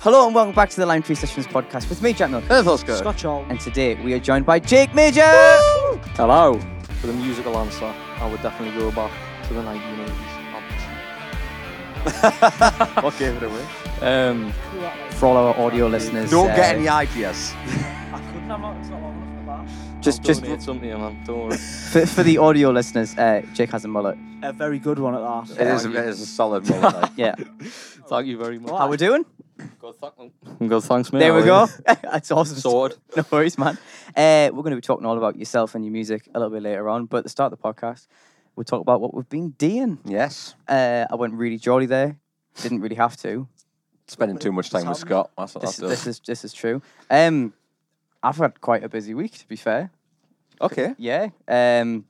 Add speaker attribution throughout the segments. Speaker 1: Hello and welcome back to the Lime Tree Sessions podcast with me, Jack Milk.
Speaker 2: There's Oscar
Speaker 3: Scotch Old.
Speaker 1: And today we are joined by Jake Major. Hello.
Speaker 2: for the musical answer. I would definitely go back to the 1980s. I'll give it away.
Speaker 1: Um, for all our audio listeners,
Speaker 4: Don't
Speaker 1: uh,
Speaker 4: get any ideas.
Speaker 3: I couldn't, I'm not, it's not long enough for
Speaker 1: Just,
Speaker 2: I'll
Speaker 1: just
Speaker 2: donate something to you, man. Don't worry.
Speaker 1: for, for the audio listeners, uh, Jake has a mullet.
Speaker 3: that. A very good one at
Speaker 4: It
Speaker 3: that.
Speaker 4: is, it is a solid moment.
Speaker 1: Yeah.
Speaker 2: Thank you very much.
Speaker 1: How we doing?
Speaker 2: God, thank- God, thanks, mate.
Speaker 1: There we
Speaker 2: How
Speaker 1: go.
Speaker 2: are
Speaker 1: That's awesome.
Speaker 2: you? Sorted.
Speaker 1: No worries, man. Uh, we're going to be talking all about yourself and your music a little bit later on, but to start the podcast, we'll talk about what we've been doing.
Speaker 4: Yes.
Speaker 1: Uh, I went really jolly there. Didn't really have to.
Speaker 4: Spending too much time with Scott. That's what
Speaker 1: This,
Speaker 4: that
Speaker 1: this
Speaker 4: does.
Speaker 1: is this is true. Um, I've had quite a busy week, to be fair.
Speaker 4: Okay.
Speaker 1: Yeah. Um,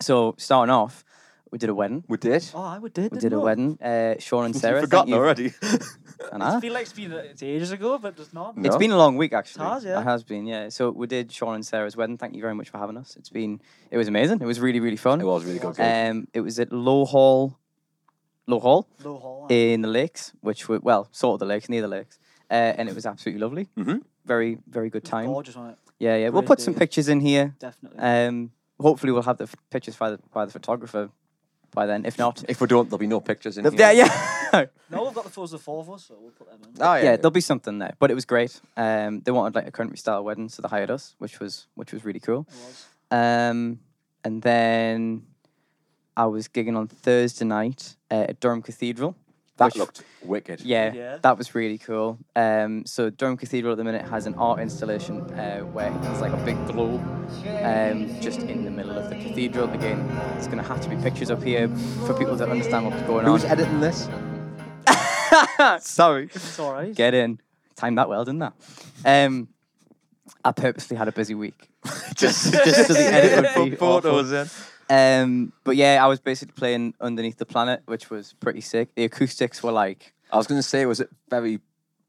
Speaker 1: so starting off, we did a wedding.
Speaker 4: We did.
Speaker 3: Oh, I would did.
Speaker 1: We
Speaker 3: didn't
Speaker 1: did a
Speaker 3: I?
Speaker 1: wedding. Uh, Sean and Sarah.
Speaker 4: You've
Speaker 1: thank
Speaker 4: forgotten
Speaker 1: you-
Speaker 4: already.
Speaker 1: I know.
Speaker 3: I feel like it's been it's ages ago, but it's not.
Speaker 4: No.
Speaker 1: It's been a long week, actually.
Speaker 3: has, yeah.
Speaker 1: It has been, yeah. So we did Sean and Sarah's wedding. Thank you very much for having us. It's been, it was amazing. It was really, really fun.
Speaker 4: it was really good. good.
Speaker 1: Um, it was at Low Hall, Low Hall
Speaker 3: Low Hall.
Speaker 1: in the lakes, which were well, sort of the lakes, near the lakes, uh, and it was absolutely lovely.
Speaker 4: Mhm.
Speaker 1: Very, very good time.
Speaker 3: Gorgeous on it,
Speaker 1: Yeah, yeah. We'll
Speaker 3: Great
Speaker 1: put some
Speaker 3: day.
Speaker 1: pictures in here.
Speaker 3: definitely.
Speaker 1: Um, hopefully we'll have the f- pictures by the by the photographer by then. If not,
Speaker 4: if we don't, there'll be no pictures in here.
Speaker 1: yeah, yeah.
Speaker 3: no, we've got the photos of the four of us, so we'll put them in.
Speaker 4: Oh, yeah.
Speaker 1: yeah, there'll be something there. But it was great. Um, they wanted like a country style wedding, so they hired us, which was which was really cool.
Speaker 3: It was.
Speaker 1: Um, and then I was gigging on Thursday night uh, at Durham Cathedral.
Speaker 4: that
Speaker 1: which-
Speaker 4: looked wicked.
Speaker 1: Yeah,
Speaker 3: Yeah.
Speaker 1: that was really cool. Um, so Durham Cathedral at the minute has an art installation uh, where it's like a big globe um, just in the middle of the cathedral. Again, it's going to have to be pictures up here for people to understand what's going
Speaker 4: Who's
Speaker 1: on.
Speaker 4: editing this?
Speaker 1: Sorry.
Speaker 3: It's all right.
Speaker 1: Get in. Timed that well, didn't that? Um, I purposely had a busy week.
Speaker 4: just,
Speaker 1: just so the edit would be
Speaker 4: photos in.
Speaker 1: Um, but yeah, I was basically playing Underneath the Planet, which was pretty sick. The acoustics were like,
Speaker 4: I was going to say, was it very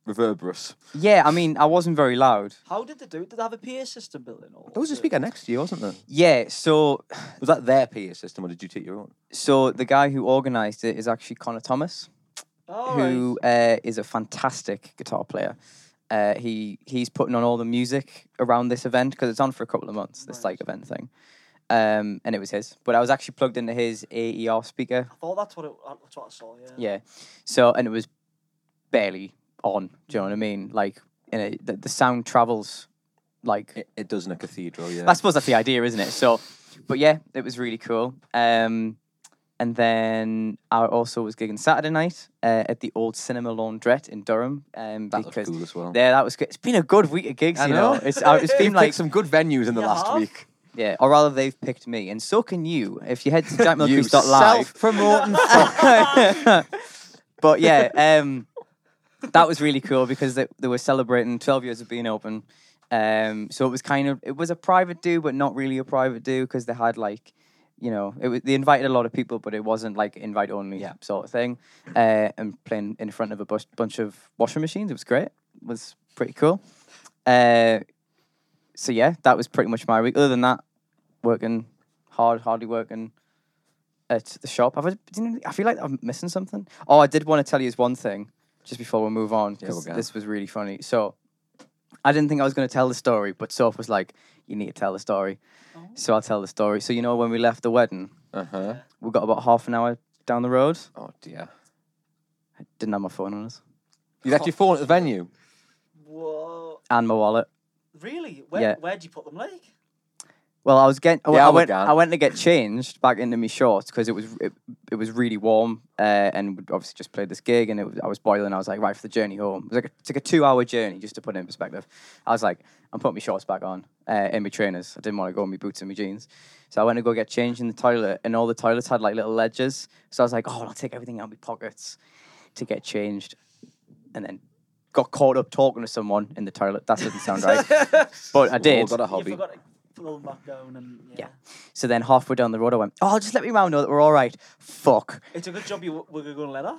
Speaker 4: reverberous?
Speaker 1: yeah, I mean, I wasn't very loud.
Speaker 3: How did they do it? Did they have a PA system built in? Or
Speaker 4: There was a
Speaker 3: it-
Speaker 4: speaker next to you, wasn't there?
Speaker 1: Yeah, so
Speaker 4: Was that their PA system or did you take your own?
Speaker 1: so the guy who organised it is actually Connor Thomas,
Speaker 3: All right.
Speaker 1: who uh, is a fantastic guitar player. Uh, he he's putting on all the music around this event because it's on for a couple of months. This
Speaker 3: Right.
Speaker 1: like event thing, um, and it was his. But I was actually plugged into his AER speaker.
Speaker 3: I thought that's what, it, that's what I saw, yeah.
Speaker 1: Yeah, so and it was barely on. Do you know what I mean? Like, and it, the, the sound travels like
Speaker 4: It, it does in a cathedral, yeah.
Speaker 1: I suppose that's the idea, isn't it? So, but yeah, it was really cool. Um, and then I also was gigging Saturday night uh, at the old Cinema Laundrette in Durham. Um,
Speaker 4: that looked
Speaker 1: because
Speaker 4: cool as well.
Speaker 1: there, that was good. It's been a good week of gigs,
Speaker 4: I
Speaker 1: you know.
Speaker 4: know.
Speaker 1: It's uh, it's been
Speaker 4: You've
Speaker 1: like
Speaker 4: picked some good venues in the
Speaker 3: Yeah.
Speaker 4: last week.
Speaker 1: yeah, or rather they've picked me, and so can you if you head to
Speaker 4: You
Speaker 1: jackmilkcrease.live.
Speaker 4: self-promoting
Speaker 1: but yeah, um, that was really cool because they, they were celebrating 12 years of being open. Um, so it was kind of it was a private do, but not really a private do because they had like, you know, it was, they invited a lot of people, but it wasn't like invite only
Speaker 4: Yeah.
Speaker 1: sort of thing. Uh, and playing in front of a bus- bunch of washing machines, it was great. It was pretty cool. Uh, so yeah, that was pretty much my week. Other than that, working hard, hardly working at the shop. Have I, didn't- I feel like I'm missing something. Oh, I did want to tell you one thing just before we move on
Speaker 4: Yeah, we'll
Speaker 1: because
Speaker 4: go.
Speaker 1: this was really funny. So I didn't think I was going to tell the story, but Soph was like, "You need to tell the story," so I'll tell the story. So you know, when we left the wedding,
Speaker 4: Uh-huh.
Speaker 1: we got about half an hour down the road.
Speaker 4: Oh, dear.
Speaker 1: Didn't have my phone on us
Speaker 4: You left your phone at the venue?
Speaker 3: Whoa.
Speaker 1: and my wallet.
Speaker 3: Really? Where,
Speaker 1: Yeah.
Speaker 3: Where'd you put them, like?
Speaker 1: Well, I was getting.
Speaker 4: Yeah,
Speaker 1: I
Speaker 4: we
Speaker 1: went.
Speaker 4: can.
Speaker 1: I went to get changed back into my shorts because it was it, it was really warm, uh, and we'd obviously just played this gig, and it was, I was boiling. I was like, right for the journey home. It was like a, it's like a two hour journey, just to put it in perspective. I was like, I'm putting my shorts back on, uh, and my trainers. I didn't want to go in my boots and my jeans, so I went to go get changed in the toilet, and all the toilets had like little ledges. So I was like, oh, I'll take everything out of my pockets to get changed, and then got caught up talking to someone in the toilet. That doesn't sound right, but I
Speaker 4: All
Speaker 1: did.
Speaker 4: got a
Speaker 3: You
Speaker 4: hobby.
Speaker 3: forgot to put them back down and yeah.
Speaker 1: Yeah. So then halfway down the road, I went, "Oh, just let me round know that we're all right." Fuck.
Speaker 3: It's a good job you w- were going to let her.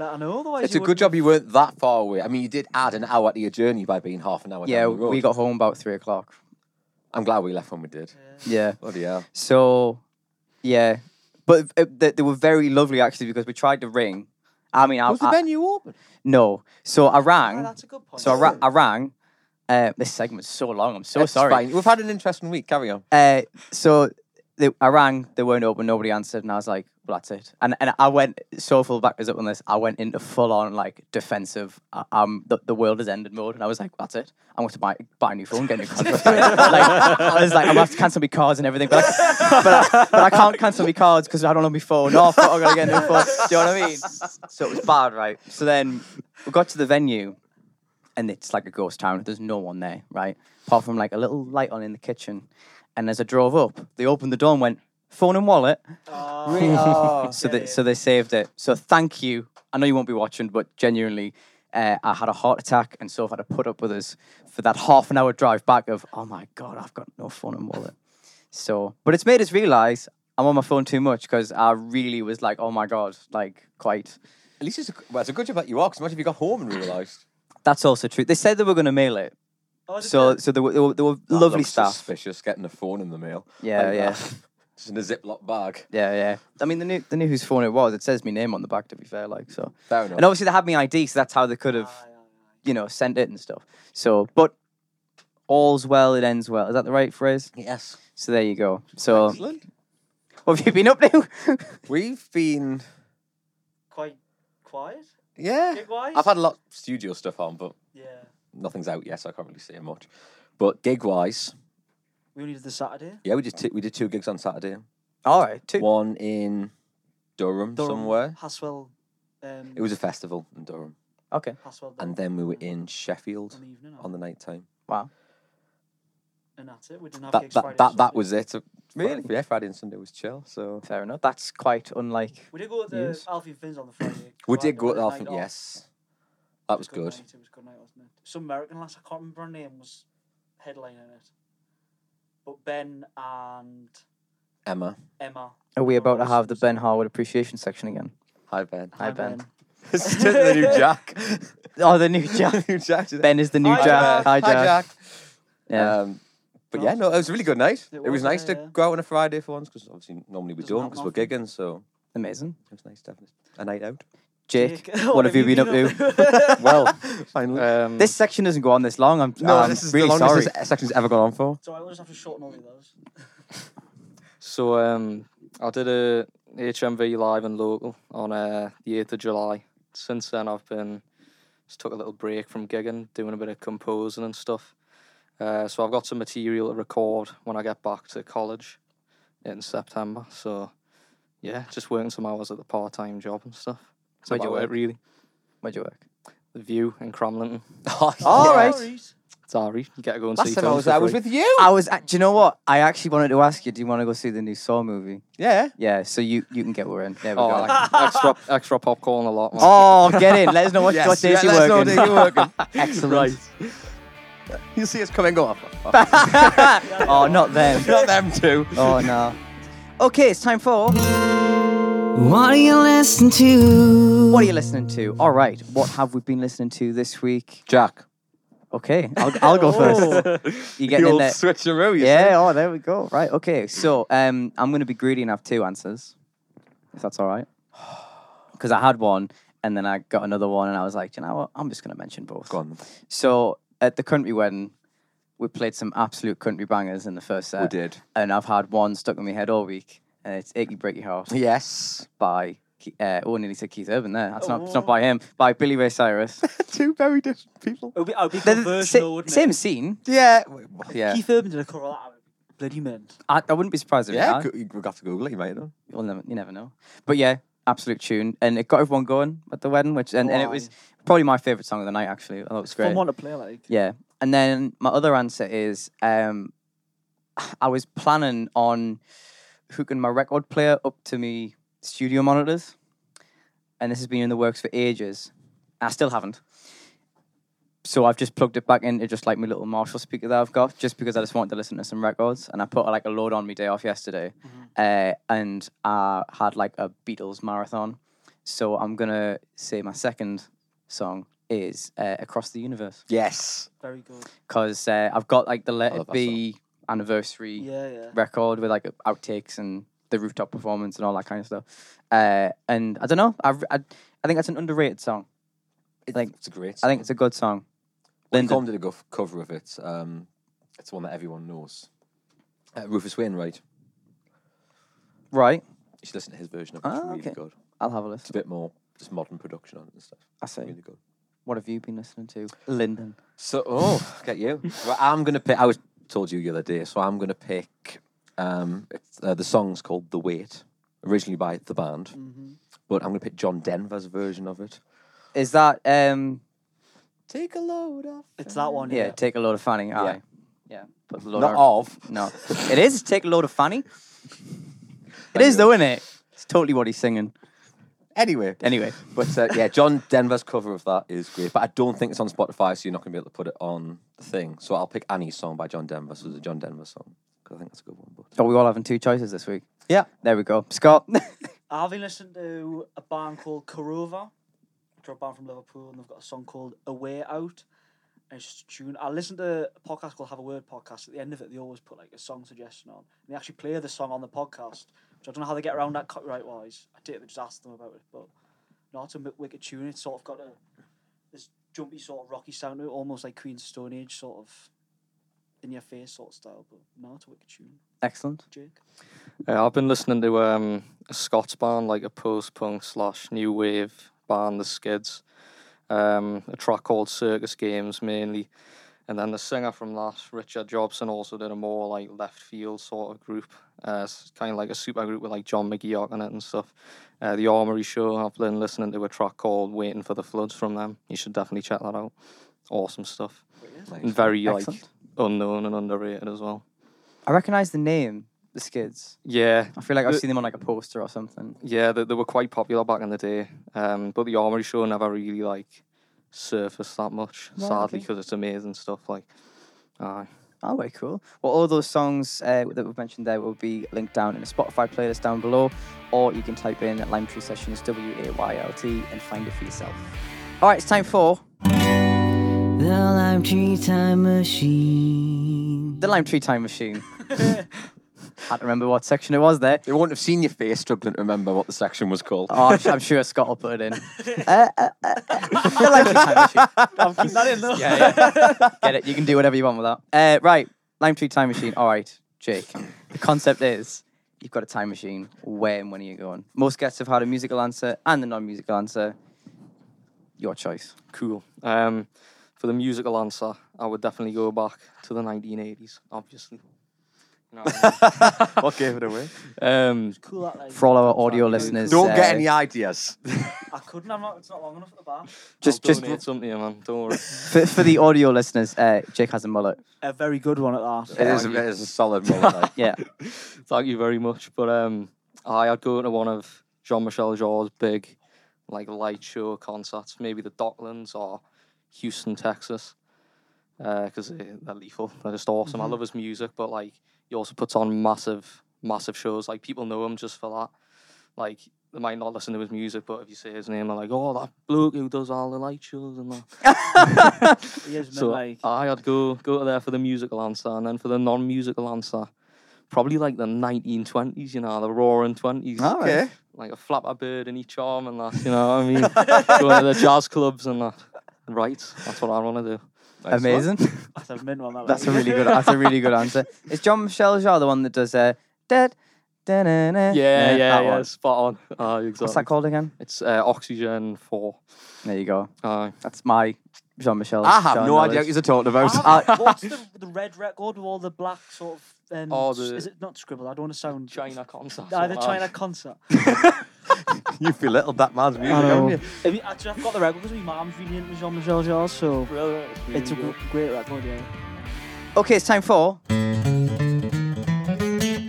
Speaker 3: Let her know, otherwise
Speaker 4: It's a
Speaker 3: you
Speaker 4: good job you weren't that far away. I mean, you did add an hour to your journey by being half an hour
Speaker 1: yeah,
Speaker 4: down the road.
Speaker 1: we got home about three o'clock.
Speaker 4: I'm glad we left when we did.
Speaker 1: Yeah.
Speaker 4: Bloody hell.
Speaker 1: So, yeah, but uh, they, they were very lovely actually because we tried to ring. I mean, I,
Speaker 4: Was the
Speaker 1: I-
Speaker 4: venue open?
Speaker 1: no. So I rang.
Speaker 3: Oh, that's a good point.
Speaker 1: so I, ra- I rang. Uh, this segment's so long. I'm so
Speaker 4: That's
Speaker 1: sorry.
Speaker 4: fine. We've had an interesting week. Carry on.
Speaker 1: Uh, so they, I rang, they weren't open, nobody answered, and I was like, well, that's it. And and I went so full backers up on this. I went into full on like defensive. uh, Um, the, the world has ended mode, and I was like, that's it. I'm going to buy buy a new phone, get a new contract. like, I was like, I'm going to have to cancel my cards and everything, but I, but I, but I can't cancel my cards because I don't have my phone. No, fuck, I'm going to get a new phone. Do you know what I mean? So it was bad, right? So then we got to the venue. And it's like a ghost town. There's no one there, right? Apart from like a little light on in the kitchen. And as I drove up, they opened the door and went, phone and wallet.
Speaker 3: Oh,
Speaker 1: so,
Speaker 3: yeah,
Speaker 1: they,
Speaker 3: yeah.
Speaker 1: so they saved it. So thank you. I know you won't be watching, but genuinely, uh, I had a heart attack and so had to put up with us for that half an hour drive back of, oh my God, I've got no phone and wallet. So, but it's made us realize I'm on my phone too much because I really was like, oh my God, like quite.
Speaker 4: At least it's a, well, it's a good job that you are. Because imagine if you got home and realised.
Speaker 1: That's also true. They said they were going to mail it.
Speaker 3: Oh, is it Oh,
Speaker 1: So,
Speaker 3: good?
Speaker 1: so they were, they were, they were
Speaker 4: That
Speaker 1: lovely
Speaker 4: looks
Speaker 1: staff.
Speaker 4: Suspicious getting a phone in the mail.
Speaker 1: Yeah,
Speaker 4: Like
Speaker 1: yeah.
Speaker 4: that. Just in a Ziploc bag.
Speaker 1: Yeah, yeah. I mean, they knew, they knew whose phone it was. It says my name on the back, to be fair. Like, so.
Speaker 4: Fair enough.
Speaker 1: And obviously, they had my ID, so that's how they could have,
Speaker 3: Aye, aye, aye.
Speaker 1: you know, sent it and stuff. So, but all's well, it ends well. Is that the right phrase?
Speaker 4: yes.
Speaker 1: So there you go. So,
Speaker 4: Excellent.
Speaker 1: what have you been up to?
Speaker 4: We've been.
Speaker 3: Quite quiet.
Speaker 4: Yeah.
Speaker 3: Gig wise.
Speaker 4: I've had a lot of studio stuff on, but
Speaker 3: Yeah.
Speaker 4: nothing's out yet, so I can't really say much. But gig wise,
Speaker 3: We only did the Saturday.
Speaker 4: yeah, we did t- we did two gigs on Saturday.
Speaker 1: All right, two.
Speaker 4: One in Durham,
Speaker 3: Durham,
Speaker 4: somewhere.
Speaker 3: Haswell. Um,
Speaker 4: It was a festival in Durham,
Speaker 1: Okay.
Speaker 3: Haswell.
Speaker 4: and then we were in Sheffield
Speaker 3: on the evening.
Speaker 4: on the night time.
Speaker 3: and that's it. We didn't have
Speaker 4: That
Speaker 3: gigs
Speaker 4: that
Speaker 3: Friday or
Speaker 4: that, that
Speaker 3: Sunday.
Speaker 4: was it. So-
Speaker 1: Really?
Speaker 4: Yeah, Friday and Sunday was chill. So
Speaker 1: Fair enough. That's quite unlike.
Speaker 3: We did go to the
Speaker 1: Yes.
Speaker 3: Alfie and Finn's on the Friday.
Speaker 4: we
Speaker 3: so I
Speaker 4: did
Speaker 3: had
Speaker 4: go
Speaker 3: a
Speaker 4: to
Speaker 3: bit of
Speaker 4: Alfin.
Speaker 3: night off.
Speaker 4: Yes,
Speaker 3: It
Speaker 4: that was
Speaker 3: a good.
Speaker 4: good.
Speaker 3: night, It was a good night, wasn't it? Some American lass, I can't remember her name, was headlining it. But Ben and
Speaker 4: Emma,
Speaker 3: Emma.
Speaker 1: Are we
Speaker 3: were
Speaker 1: about to
Speaker 3: also
Speaker 1: have the
Speaker 3: just-
Speaker 1: Ben Harwood appreciation section again?
Speaker 4: hi Ben.
Speaker 1: Hi, Ben.
Speaker 4: This is the new Jack.
Speaker 1: Oh, the new Jack.
Speaker 4: new Jack. today.
Speaker 1: Ben is the new
Speaker 3: Hi,
Speaker 1: Jack.
Speaker 3: Jack.
Speaker 1: Hi, Jack. Yeah.
Speaker 4: Um, but yeah, no, it was a really good night. It was,
Speaker 3: was,
Speaker 4: nice
Speaker 3: yeah,
Speaker 4: to
Speaker 3: yeah.
Speaker 4: go out on a Friday for once because obviously normally we
Speaker 3: Doesn't
Speaker 4: don't because
Speaker 3: happen
Speaker 4: we're gigging. So
Speaker 1: Amazing.
Speaker 4: it was nice to have a night out.
Speaker 1: Jake, what have you been up to?
Speaker 3: to?
Speaker 4: Well, finally. Um,
Speaker 3: Uh,
Speaker 2: Um,
Speaker 1: This section doesn't go on this long. I'm, I'm really sorry.
Speaker 4: this section's ever gone on for.
Speaker 3: so I will just have to shorten all of those.
Speaker 2: So um, I did a HMV live and local on uh, the eighth of July. Since then, I've been just took a little break from gigging, doing a bit of composing and stuff. Uh, so I've got some material to record when I get back to college in September. So yeah, just working some hours at the part-time job and stuff. That's
Speaker 1: Where'd you
Speaker 2: about it,
Speaker 1: work?
Speaker 2: really.
Speaker 1: Where'd you work?
Speaker 2: The View in Cramlinton.
Speaker 4: Oh,
Speaker 1: All
Speaker 4: yeah.
Speaker 1: right.
Speaker 2: It's alright. You get to go and see
Speaker 4: Last time I
Speaker 2: films
Speaker 4: was
Speaker 2: for
Speaker 4: there, I was
Speaker 2: free.
Speaker 4: with you.
Speaker 1: I was. At, do you know what? I actually wanted to ask you. Do you want to go see the new Saw movie?
Speaker 4: Yeah.
Speaker 1: Yeah. So you you can get we're in. There we
Speaker 2: Oh,
Speaker 1: go.
Speaker 2: like, extra extra popcorn a lot. man.
Speaker 1: oh, get in. Let us know what,
Speaker 4: Yes,
Speaker 1: what days
Speaker 4: yeah,
Speaker 1: you
Speaker 4: let us know
Speaker 1: working.
Speaker 4: what day you're working.
Speaker 1: Excellent.
Speaker 4: You see us come and go off.
Speaker 1: oh, not them.
Speaker 4: Not them too.
Speaker 1: Oh no. Okay, it's time for.
Speaker 5: What do you listen to?
Speaker 1: What are you listening to? All right. What have we been listening to this week?
Speaker 4: Jack. Oh.
Speaker 1: Okay, I'll, I'll go first. You getting in there?
Speaker 4: switcheroo. you
Speaker 1: Yeah. Oh, there we go. Right. Okay. So um, I'm going to be greedy and have two answers, if that's all right. Because I had one, and then I got another one, and I was like, "Do you know what? I'm just going to mention both.
Speaker 4: see. Go on.
Speaker 1: So at the country wedding, we played some absolute country bangers in the first set.
Speaker 4: We did.
Speaker 1: And I've had one stuck in my head all week, and it's "Achy Breaky Heart"
Speaker 4: Yes.
Speaker 1: by. Ke- Uh, oh, nearly said Keith Urban there. That's not. It's
Speaker 4: Oh.
Speaker 1: not by him. By Billy Ray Cyrus.
Speaker 4: Two very different people.
Speaker 3: It would be, it would be
Speaker 1: They're the sa-
Speaker 3: conversional, wouldn't
Speaker 1: same
Speaker 3: it?
Speaker 1: scene.
Speaker 4: Yeah. w- w- Yeah.
Speaker 3: Keith Urban did a cover of that. Bloody mint.
Speaker 1: I, I wouldn't be surprised if it
Speaker 4: Yeah.
Speaker 1: had.
Speaker 4: go- you- We'll have to Google it. You might know.
Speaker 1: Well, never, you never know. But yeah, absolute tune, and it got everyone going at the wedding, which and, and it
Speaker 3: Wow.
Speaker 1: was probably my favorite song of the night. Actually, I thought it was great.
Speaker 3: Fun one to play like.
Speaker 1: Yeah, and then my other answer is um, I was planning on hooking my record player up to me studio monitors, and this has been in the works for ages. I still haven't. So I've just plugged it back into just like my little Marshall speaker that I've got, just because I just wanted to listen to some records, and I put like a load on me day off yesterday, uh, and I had like a Beatles marathon. So I'm gonna say my second song is uh, "Across the Universe"
Speaker 4: Yes.
Speaker 3: Very good.
Speaker 1: because uh, I've got like the Let
Speaker 4: love
Speaker 1: It
Speaker 4: that song.
Speaker 1: Be anniversary
Speaker 3: Yeah, yeah.
Speaker 1: record with like outtakes and the rooftop performance and all that kind of stuff. Uh, and I don't know, I, I, I I think that's an underrated song.
Speaker 4: It's,
Speaker 1: Like,
Speaker 4: it's a great.
Speaker 1: I think it's a good song. Linda.
Speaker 4: Linda Tom did a gof- cover of it. Um, it's one that everyone knows. Uh, Rufus Wainwright.
Speaker 1: Right.
Speaker 4: You should listen to his version of it. It's
Speaker 1: Ah,
Speaker 4: really
Speaker 1: okay.
Speaker 4: good.
Speaker 1: I'll have a
Speaker 4: It's a
Speaker 1: listen.
Speaker 4: bit more just modern production on it and stuff.
Speaker 1: I see.
Speaker 4: Really good.
Speaker 1: What have you been listening to? Lyndon.
Speaker 4: So, oh, get you. Well, I'm gonna pick. I was told you the other day, so I'm gonna pick. Um, it's, uh, the song's called "The Wait," originally by the band, but I'm gonna pick John Denver's version of it.
Speaker 1: Is that um
Speaker 4: Take a load off.
Speaker 3: It's that one.
Speaker 1: yeah,
Speaker 3: Yeah.
Speaker 1: take a load of fanny. Yeah. Aye. Yeah. But load
Speaker 4: Not
Speaker 1: of-
Speaker 4: of.
Speaker 1: No. it is take a load of fanny. It is though, isn't it? It's totally what he's singing.
Speaker 4: Anyway.
Speaker 1: Anyway.
Speaker 4: But uh, yeah, John Denver's cover of that is great, but I don't think it's on Spotify, so you're not going to be able to put it on the thing. So I'll pick Annie's song by John Denver. So it's a John Denver song. 'cause I think that's a good one. But
Speaker 1: Are we Oh, all having two choices this week?
Speaker 4: yeah,
Speaker 1: There we go. Scott.
Speaker 3: I've been listening to a band called Corova, they're a band from Liverpool, and they've got a song called "A Way Out." And it's just a tune. I listened to a podcast called Have a Word podcast. At the end of it, they always put like a song suggestion on, and they actually play the song on the podcast. Which I don't know how they get around that copyright wise. I did just asked them about it, but no, it's a bit wicked tune. It's sort of got a this jumpy sort of rocky sound to it, almost like Queen's Stone Age sort of in your face sort of style. But no, it's a wicked tune,
Speaker 1: Excellent.
Speaker 3: Jake.
Speaker 2: Yeah, Uh, I've been listening to um, a Scots band, like a post punk slash new wave band, The Skids. Um, a track called Circus Games mainly. And then the singer from that, Richard Jobson, also did a more like left field sort of group. Uh, it's kind of like a super group with like John McGeoch in it and stuff. Uh, the Armory Show, I've been listening to a track called Waiting for the Floods from them. You should definitely check that out. Awesome stuff. And very like
Speaker 1: Excellent.
Speaker 2: unknown and underrated as well.
Speaker 1: I recognise the name, the Skids.
Speaker 2: Yeah,
Speaker 1: I feel like I've
Speaker 2: The-
Speaker 1: seen them on like a poster or something.
Speaker 2: Yeah, they, they were quite popular back in the day. Um, but the Armory Show never really like surfaced that much, sadly, 'cause
Speaker 1: Right,
Speaker 2: sadly,
Speaker 1: okay.
Speaker 2: because it's amazing stuff. Like, aye,
Speaker 1: Oh, very cool. Well, all those songs uh, that we've mentioned there will be linked down in the Spotify playlist down below, or you can type in Lime Tree Sessions W A Y L T and find it for yourself. All right, it's time for
Speaker 5: The Lime Tree Time Machine.
Speaker 1: the Lime Tree Time Machine. Can't remember what section it was there.
Speaker 4: they won't have seen your face struggling to remember what the section was called.
Speaker 1: Oh, I'm, I'm sure Scott will put it in. Uh, uh, uh, uh, the Lime Tree Time Machine.
Speaker 3: I'll keep that in though.
Speaker 1: Get it? You can do whatever you want with that. Uh, right, Lime Tree Time Machine. All right, Jake. The concept is you've got a time machine. Where and when are you going? Most guests have had a musical answer and the non-musical answer. Your choice.
Speaker 2: cool. Um, for the musical answer, I would definitely go back to the 1980s, obviously. You know what I
Speaker 4: what gave it away?
Speaker 2: mean? um,
Speaker 3: Cool that like,
Speaker 1: For all our audio listeners,
Speaker 4: Don't
Speaker 1: uh,
Speaker 4: get any ideas.
Speaker 3: I couldn't. I'm not. It's not long enough at the bar.
Speaker 1: Just,
Speaker 2: I'll
Speaker 1: just
Speaker 2: donate some to you, man. Don't worry.
Speaker 1: for, for the audio listeners, uh, Jake has a mullet.
Speaker 3: A very good one at that.
Speaker 4: It is, a, it is a solid moment. like.
Speaker 1: Yeah,
Speaker 2: Thank you very much. But um, I I'd go to one of Jean Michel Jarre's big, like light show concerts, maybe the Docklands or Houston, Texas, because they, they're lethal. They're just awesome. I love his music, but like he also puts on massive, massive shows. Like people know him just for that. Like they might not listen to his music, but if you say his name, they're like, "Oh, that bloke who does all the light shows and that."
Speaker 3: He has been
Speaker 2: So uh,
Speaker 3: like
Speaker 2: I, I'd go go to there for the musical answer, and then for the non-musical answer, probably like the 1920s, you know, the roaring 20s.
Speaker 1: All right. Okay.
Speaker 2: Like a flapper bird in each arm and that, you know what I mean? Going to the jazz clubs and that. Right, that's what I want to do.
Speaker 4: Nice one.
Speaker 1: amazing.
Speaker 3: that's a mint one. That
Speaker 1: That's a
Speaker 3: like.
Speaker 1: really good. That's a really good answer. Is John Michel Jarre the one that does uh, dead? Yeah, uh,
Speaker 2: Yeah, yeah,
Speaker 1: that
Speaker 2: yeah,
Speaker 1: one.
Speaker 2: spot on. Ah, exactly.
Speaker 1: What's that called again?
Speaker 2: It's uh, Oxygen Uh, 4.
Speaker 1: There you go.
Speaker 2: Aye.
Speaker 1: That's my Jean Michel.
Speaker 4: I have no idea what you're talking about.
Speaker 3: I haven't- What's the, the red record with all the black sort of? Um,
Speaker 2: Oh,
Speaker 3: s-
Speaker 2: the-
Speaker 3: Is it not scribble? I don't want to sound.
Speaker 2: China concert.
Speaker 3: No, Ah, the China concert.
Speaker 4: you belittled that man's music,
Speaker 1: know.
Speaker 4: haven't you?
Speaker 3: I mean, actually, I've got the record because my mum's really into Jean Michel Jarre, so it's a gr- great record. Yeah.
Speaker 1: Okay, it's time for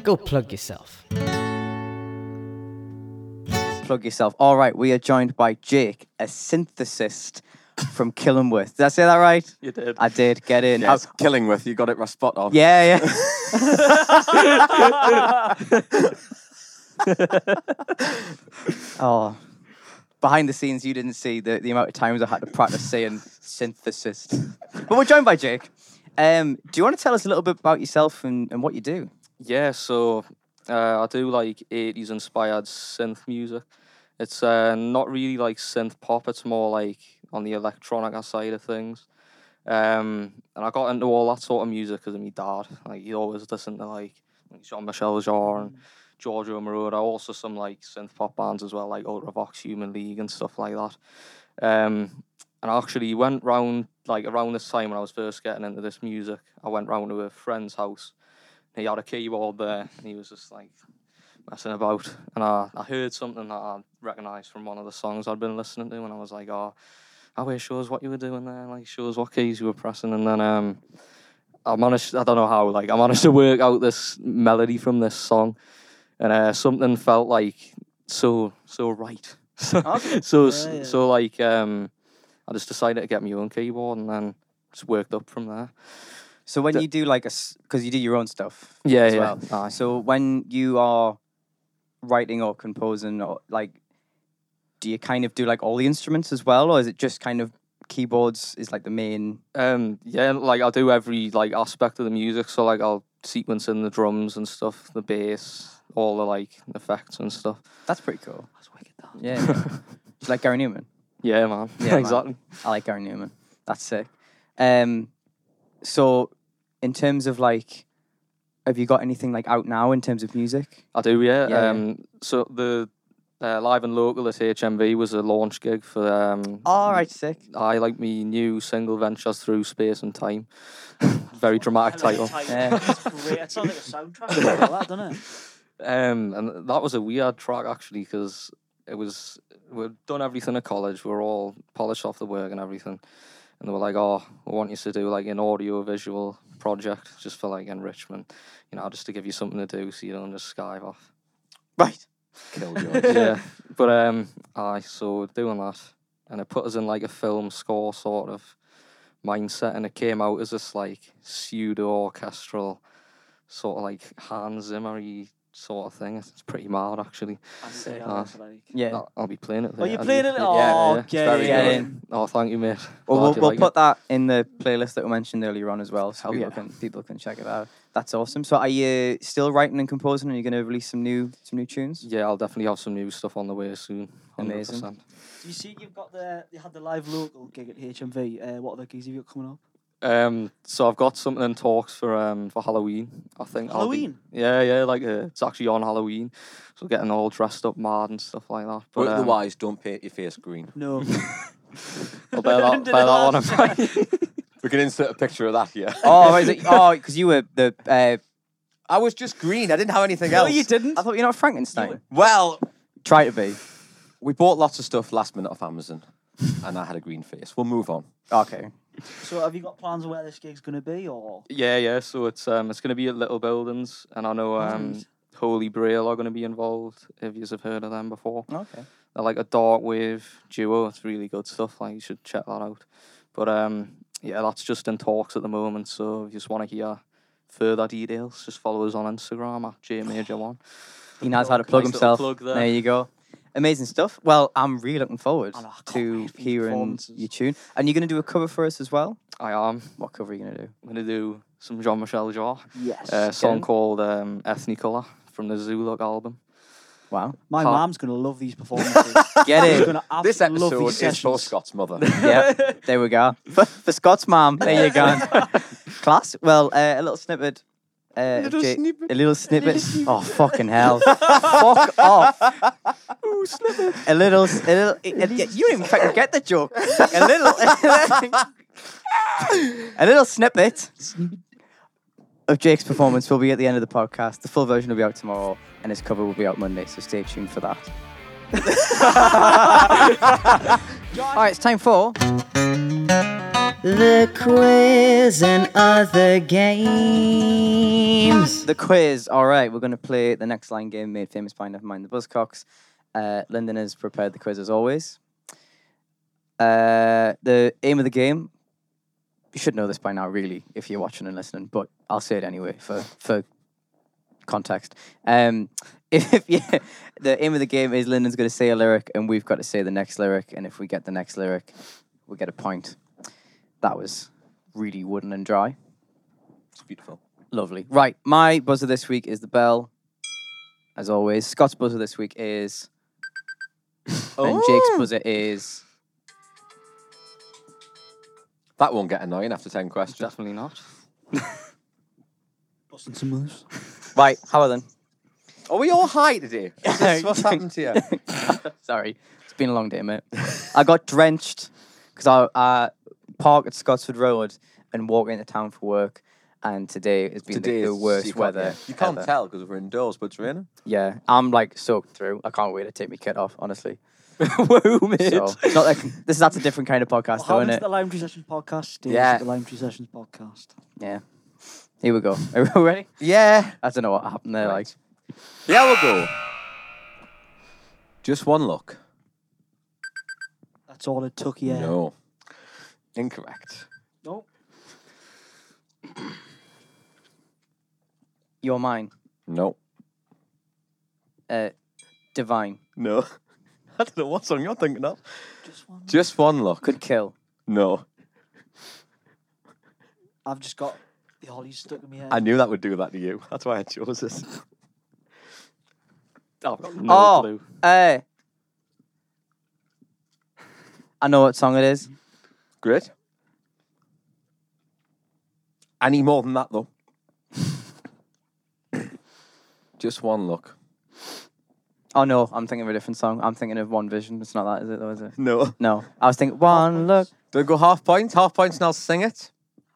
Speaker 5: Go plug yourself.
Speaker 1: plug yourself. All right, we are joined by Jake, a synthesist from Killingworth. Did I say that right?
Speaker 2: You did.
Speaker 1: I did. Get in.
Speaker 4: Yes, Killingworth, you got it right spot on.
Speaker 1: Yeah, yeah. oh. Behind the scenes, you didn't see the, the amount of times I had to practice saying synthesis. But we're joined by Jake. Um, do you want to tell us a little bit about yourself and, and what you do?
Speaker 2: Yeah, so uh, I do like 80s inspired synth music. It's uh, not really like synth pop. It's more like on the electronic side of things. Um, and I got into all that sort of music because of my dad. Like he always listened to like Jean Michel Jarre and Giorgio Moroder. Also some like synth pop bands as well, like Ultravox, Human League, and stuff like that. Um, and I actually went round like around this time when I was first getting into this music. I went round to a friend's house. He had a keyboard there, and he was just like messing about. And I, I heard something that I recognised from one of the songs I'd been listening to, and I was like, "Oh, I wish shows what you were doing there, like shows what keys you were pressing." And then um, I managed. I don't know how. Like I managed to work out this melody from this song, and uh, something felt like so so right. so
Speaker 1: Okay.
Speaker 2: so,
Speaker 3: Yeah, yeah.
Speaker 2: so like um, I just decided to get my own keyboard, and then just worked up from there.
Speaker 1: So when
Speaker 2: The-
Speaker 1: you do like a, because you do your own stuff
Speaker 2: Yeah,
Speaker 1: as
Speaker 2: yeah.
Speaker 1: well.
Speaker 2: aye.
Speaker 1: So when you are writing or composing or like, do you kind of do like all the instruments as well, or is it just kind of keyboards is like the main?
Speaker 2: Um, yeah, like I'll do every like aspect of the music. So like I'll sequence in the drums and stuff, the bass, all the like effects and stuff.
Speaker 1: That's pretty cool.
Speaker 3: That's wicked. That.
Speaker 1: Yeah. yeah. Do you like Gary Newman?
Speaker 2: Yeah, man.
Speaker 1: Yeah, man.
Speaker 2: exactly.
Speaker 1: I like Gary Newman. That's sick. Um, so in terms of like, have you got anything like out now in terms of music?
Speaker 2: I do. Yeah.
Speaker 1: Yeah, yeah.
Speaker 2: um, so the uh, live and local at HMV was a launch gig for um.
Speaker 1: All right, sick.
Speaker 2: I like me new single ventures through space and time. Very dramatic
Speaker 3: I love
Speaker 2: title.
Speaker 3: the title.
Speaker 1: Yeah.
Speaker 3: It's great. It sounds like a soundtrack. as well, that, doesn't it?
Speaker 2: Um, and that was a weird track actually because it was we'd done everything at college. We were all polished off the work and everything, and they were like, "Oh, we want you to do like an audio visual project just for like enrichment, you know, just to give you something to do so you don't just skive off."
Speaker 1: Right.
Speaker 4: Killjoys.
Speaker 2: yeah, but um, aye, so we're doing that, and it put us in like a film score sort of mindset, and it came out as this like pseudo orchestral sort of like Hans Zimmery sort of thing. It's it's pretty mad actually.
Speaker 3: I didn't really
Speaker 2: Yeah.
Speaker 3: have that, like-
Speaker 1: Yeah.
Speaker 2: I'll, I'll be playing it.
Speaker 3: Oh,
Speaker 2: later.
Speaker 3: you're
Speaker 2: I'll be-
Speaker 3: playing it?
Speaker 2: yeah,
Speaker 3: Oh,
Speaker 2: yeah, it's
Speaker 3: get
Speaker 2: very
Speaker 1: in.
Speaker 2: good. Oh, thank you,
Speaker 1: Well,
Speaker 2: mate. Glad
Speaker 1: we'll,
Speaker 2: you
Speaker 1: we'll
Speaker 2: like it.
Speaker 1: put that in the playlist that we mentioned earlier on as well, so
Speaker 2: Hell
Speaker 1: people
Speaker 2: yeah.
Speaker 1: can people can check it out. That's awesome. So, are you still writing and composing? Are you going to release some new some new tunes?
Speaker 2: Yeah, I'll definitely have some new stuff on the way soon. 100%.
Speaker 1: Amazing.
Speaker 3: You see, you've got the you had the live local gig at HMV. Uh, what other gigs have you got coming up?
Speaker 2: Um, so I've got something in talks for um for Halloween. I think I'll be-
Speaker 3: Halloween?
Speaker 2: yeah, yeah, like uh, it's actually on Halloween, so getting all dressed up, mad and stuff like that. But
Speaker 4: But
Speaker 2: um,
Speaker 4: otherwise, don't paint your face green.
Speaker 3: No.
Speaker 2: I'll bear that, bear that one in mind.
Speaker 4: We can insert a picture of that here.
Speaker 1: oh, is it, oh, because you were the. Uh,
Speaker 4: I was just green. I didn't have anything
Speaker 1: no,
Speaker 4: else.
Speaker 1: you didn't. I thought you're not Frankenstein.
Speaker 4: Well,
Speaker 1: Try to be.
Speaker 4: we bought lots of stuff last minute off Amazon, and I had a green face. We'll move on.
Speaker 1: Okay.
Speaker 3: so, have you got plans on where this gig's going to be, or
Speaker 2: yeah, yeah. So it's um it's gonna be at Little Buildings, and I know um
Speaker 3: Nice.
Speaker 2: Holy Braille are gonna be involved. If you have heard of them before,
Speaker 1: Okay.
Speaker 2: They're like a dark wave duo. It's really good stuff. Like you should check that out. But um, yeah, that's just in talks at the moment. So if you just want to hear further details, just follow us on Instagram at jmajor1.
Speaker 1: He knows how to
Speaker 2: Nice
Speaker 1: plug
Speaker 2: little
Speaker 1: himself.
Speaker 2: plug there.
Speaker 1: there. you go. Amazing stuff. Well, I'm really looking forward
Speaker 3: I know, I can't
Speaker 1: to
Speaker 3: wait for these
Speaker 1: hearing
Speaker 3: performances.
Speaker 1: your tune. And you're going to do a cover for us as well.
Speaker 2: I am
Speaker 1: What cover are you going to do?
Speaker 2: gonna do some Jean Michel Jarre,
Speaker 3: yes?
Speaker 2: a song
Speaker 1: it.
Speaker 2: called um, Ethnicolor from the Zuluk album.
Speaker 1: Wow.
Speaker 3: My
Speaker 2: Hot.
Speaker 3: mum's going to love these performances.
Speaker 1: Get
Speaker 3: She's
Speaker 1: in.
Speaker 3: going to
Speaker 4: This episode
Speaker 3: love these
Speaker 4: is for
Speaker 3: sessions.
Speaker 4: Scott's mother.
Speaker 1: yeah, there we go. For, for Scott's mom, there you go. Class. Well, uh, a little snippet. Uh, a
Speaker 4: little snippet.
Speaker 1: A little snippet. Oh, fucking hell. Fuck off. A little. s- A little a- a- you didn't even fucking get the joke. A little. a little snippet of Jake's performance will be at the end of the podcast. The full version will be out tomorrow, and his cover will be out Monday, so stay tuned for that. All right, it's time for.
Speaker 5: The quiz and other games.
Speaker 1: The quiz. All right, we're going to play the next line game made famous by never mind the Buzzcocks. Uh, Lyndon has prepared the quiz as always. Uh, the aim of the game, you should know this by now, really, if you're watching and listening, but I'll say it anyway for, for context. Um, if you, the aim of the game is Lyndon's going to say a lyric and we've got to say the next lyric, and if we get the next lyric, we get a point. That was really wooden and dry.
Speaker 4: It's beautiful.
Speaker 1: Lovely. Right, my buzzer this week is the bell, as always. Scott's buzzer this week is and
Speaker 4: Oh!
Speaker 1: Jake's buzzer is
Speaker 4: That won't get annoying after 10 questions.
Speaker 2: Definitely not.
Speaker 3: Busting some moves.
Speaker 1: right. How are then?
Speaker 4: Are we all high today? Is this what's happened to you?
Speaker 1: Sorry, it's been a long day, mate. I got drenched because I, I parked at Scotsford Road and walked into town for work. And today has been the,
Speaker 4: Today
Speaker 1: the
Speaker 4: is-
Speaker 1: worst
Speaker 4: you can't-
Speaker 1: weather.
Speaker 4: You can't
Speaker 1: ever.
Speaker 4: tell because we're indoors, but it's raining.
Speaker 1: Yeah, I'm like soaked through. I can't wait to take my kit off, honestly.
Speaker 2: Whoa, mate.
Speaker 1: So it's not like this. That's a different kind of
Speaker 3: What
Speaker 1: podcast, though,
Speaker 3: happened
Speaker 1: isn't
Speaker 3: to
Speaker 1: it?
Speaker 3: the Lime Tree Sessions podcast? Stays
Speaker 4: Yeah.
Speaker 3: at the Lime Tree Sessions podcast.
Speaker 1: Yeah. Here we go. Are we ready?
Speaker 4: Yeah.
Speaker 1: I don't know what happened there. Like,
Speaker 4: Yeah, we'll go. Just one look.
Speaker 3: That's all it took, yeah.
Speaker 4: No. Incorrect.
Speaker 3: Nope.
Speaker 1: you're mine.
Speaker 4: No.
Speaker 1: Uh, divine.
Speaker 4: No. I don't know what song you're thinking of.
Speaker 3: Just one.
Speaker 4: Just one look.
Speaker 1: Could kill.
Speaker 4: No.
Speaker 3: I've just got the hollies stuck in my head.
Speaker 4: I knew that would do that to you. That's why I chose this.
Speaker 2: I've got no
Speaker 1: Oh.
Speaker 2: clue.
Speaker 1: Uh, I know what song it is.
Speaker 4: Great. I need more than that, though. Just one look.
Speaker 1: Oh no, I'm thinking of a different song. I'm thinking of One Vision. It's not that, is it? Though, is it?
Speaker 4: No.
Speaker 1: No, I was thinking one look.
Speaker 4: Do I go half points? Half points and I'll sing it.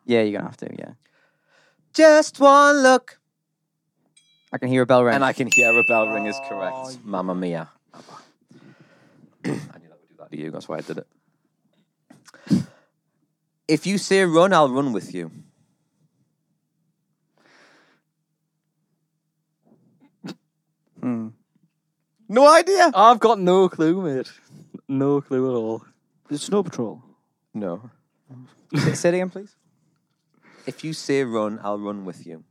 Speaker 1: Yeah, you're gonna have to. Yeah,
Speaker 4: Just one look.
Speaker 1: I can hear a bell ring.
Speaker 4: And I can hear a bell ring is correct.
Speaker 3: Oh,
Speaker 4: Mamma mia. I knew that would do that to you. That's why I did it. If you say run, I'll run with you.
Speaker 1: Hmm.
Speaker 4: No idea.
Speaker 2: I've got no clue, mate. No clue at all.
Speaker 3: The Snow Patrol.
Speaker 4: No.
Speaker 1: Say- Say it again, please.
Speaker 4: If you say run, I'll run with you.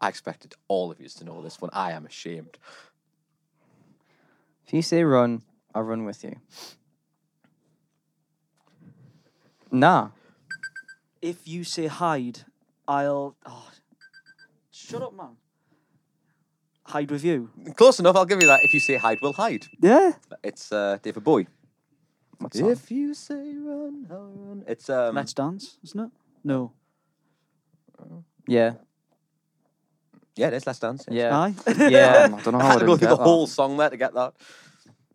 Speaker 4: I expected all of you to know this one. I am ashamed.
Speaker 1: If you say run, I'll run with you. Nah.
Speaker 3: If you say hide, I'll. Oh, shut up, man. Hide with you.
Speaker 4: Close enough, I'll give you that. If you say hide, we'll hide.
Speaker 3: Yeah.
Speaker 4: It's uh, David Boy.
Speaker 1: What song?
Speaker 4: If you say run, I'll run. It's um,
Speaker 3: Let's dance, isn't it? No.
Speaker 1: Yeah.
Speaker 4: yeah, it is Last Dance. yes.
Speaker 1: Yeah.
Speaker 3: Aye.
Speaker 1: Yeah.
Speaker 2: I don't know
Speaker 4: I
Speaker 2: how I
Speaker 4: had to go
Speaker 2: didn't
Speaker 4: through
Speaker 2: get
Speaker 4: the
Speaker 2: that. uh,
Speaker 4: whole song there to get that.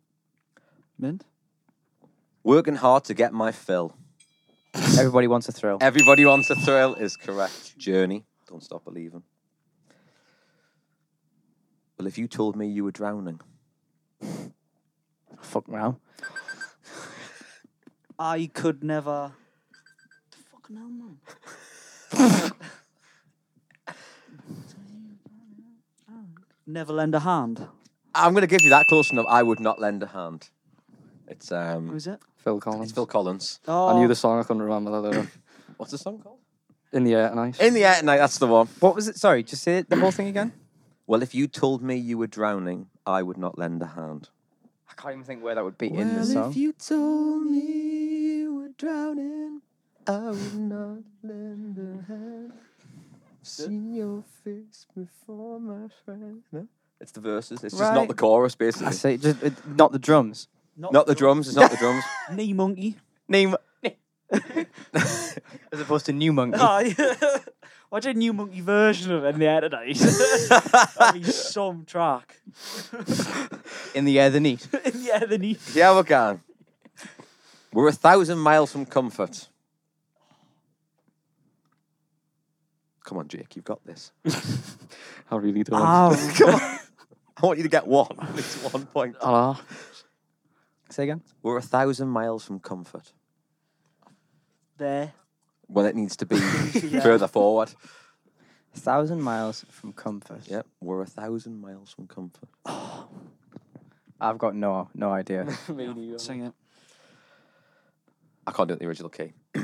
Speaker 3: Mint.
Speaker 4: Working hard to get my fill.
Speaker 1: Everybody wants a thrill.
Speaker 4: Everybody wants a thrill is correct. Journey. Don't stop believing. Well, if you told me you were drowning,
Speaker 1: Fuck now.
Speaker 3: I could never. The fucking hell, man. never lend a hand.
Speaker 4: I'm going to give you that close enough. I would not lend a hand. It's um,
Speaker 3: Who's it?
Speaker 2: Phil Collins.
Speaker 4: it's Phil Collins.
Speaker 3: Oh,
Speaker 2: I knew the song. I couldn't remember the lyric.
Speaker 4: What's the song called?
Speaker 2: In the air tonight.
Speaker 4: In the air tonight. That's the one.
Speaker 1: What was it? Sorry, just say it- the whole thing again.
Speaker 4: Well, if you told me you were drowning, I would not lend a hand.
Speaker 1: I can't even think where that would be in the song.
Speaker 4: you told me you were drowning, I would not lend a hand. Seen your face before, my friend. No? It's the verses. It's just not
Speaker 1: Right.
Speaker 4: the chorus,
Speaker 1: I
Speaker 4: basically.
Speaker 1: say just it, not the drums.
Speaker 4: Not the drums. It's not the drums.
Speaker 3: Knee monkey.
Speaker 1: Name as opposed to new monkey.
Speaker 3: Aye. Watch a new monkey version of it in the air tonight. That'd be some track.
Speaker 1: in the air, the neat.
Speaker 3: in the air, the knee.
Speaker 4: Yeah, we can. We're a thousand miles from comfort. Come on, Jake, you've got this.
Speaker 2: I really don't.
Speaker 3: Ah,
Speaker 4: I want you to get one, at least one point.
Speaker 2: I know.
Speaker 1: Say again.
Speaker 4: We're a thousand miles from comfort.
Speaker 3: There.
Speaker 4: Well, it needs to be
Speaker 3: Yeah.
Speaker 4: further forward.
Speaker 1: A thousand miles from comfort.
Speaker 4: Yep, we're a thousand miles from comfort.
Speaker 1: I've got no no idea.
Speaker 3: Sing it.
Speaker 4: I can't do it in the original key.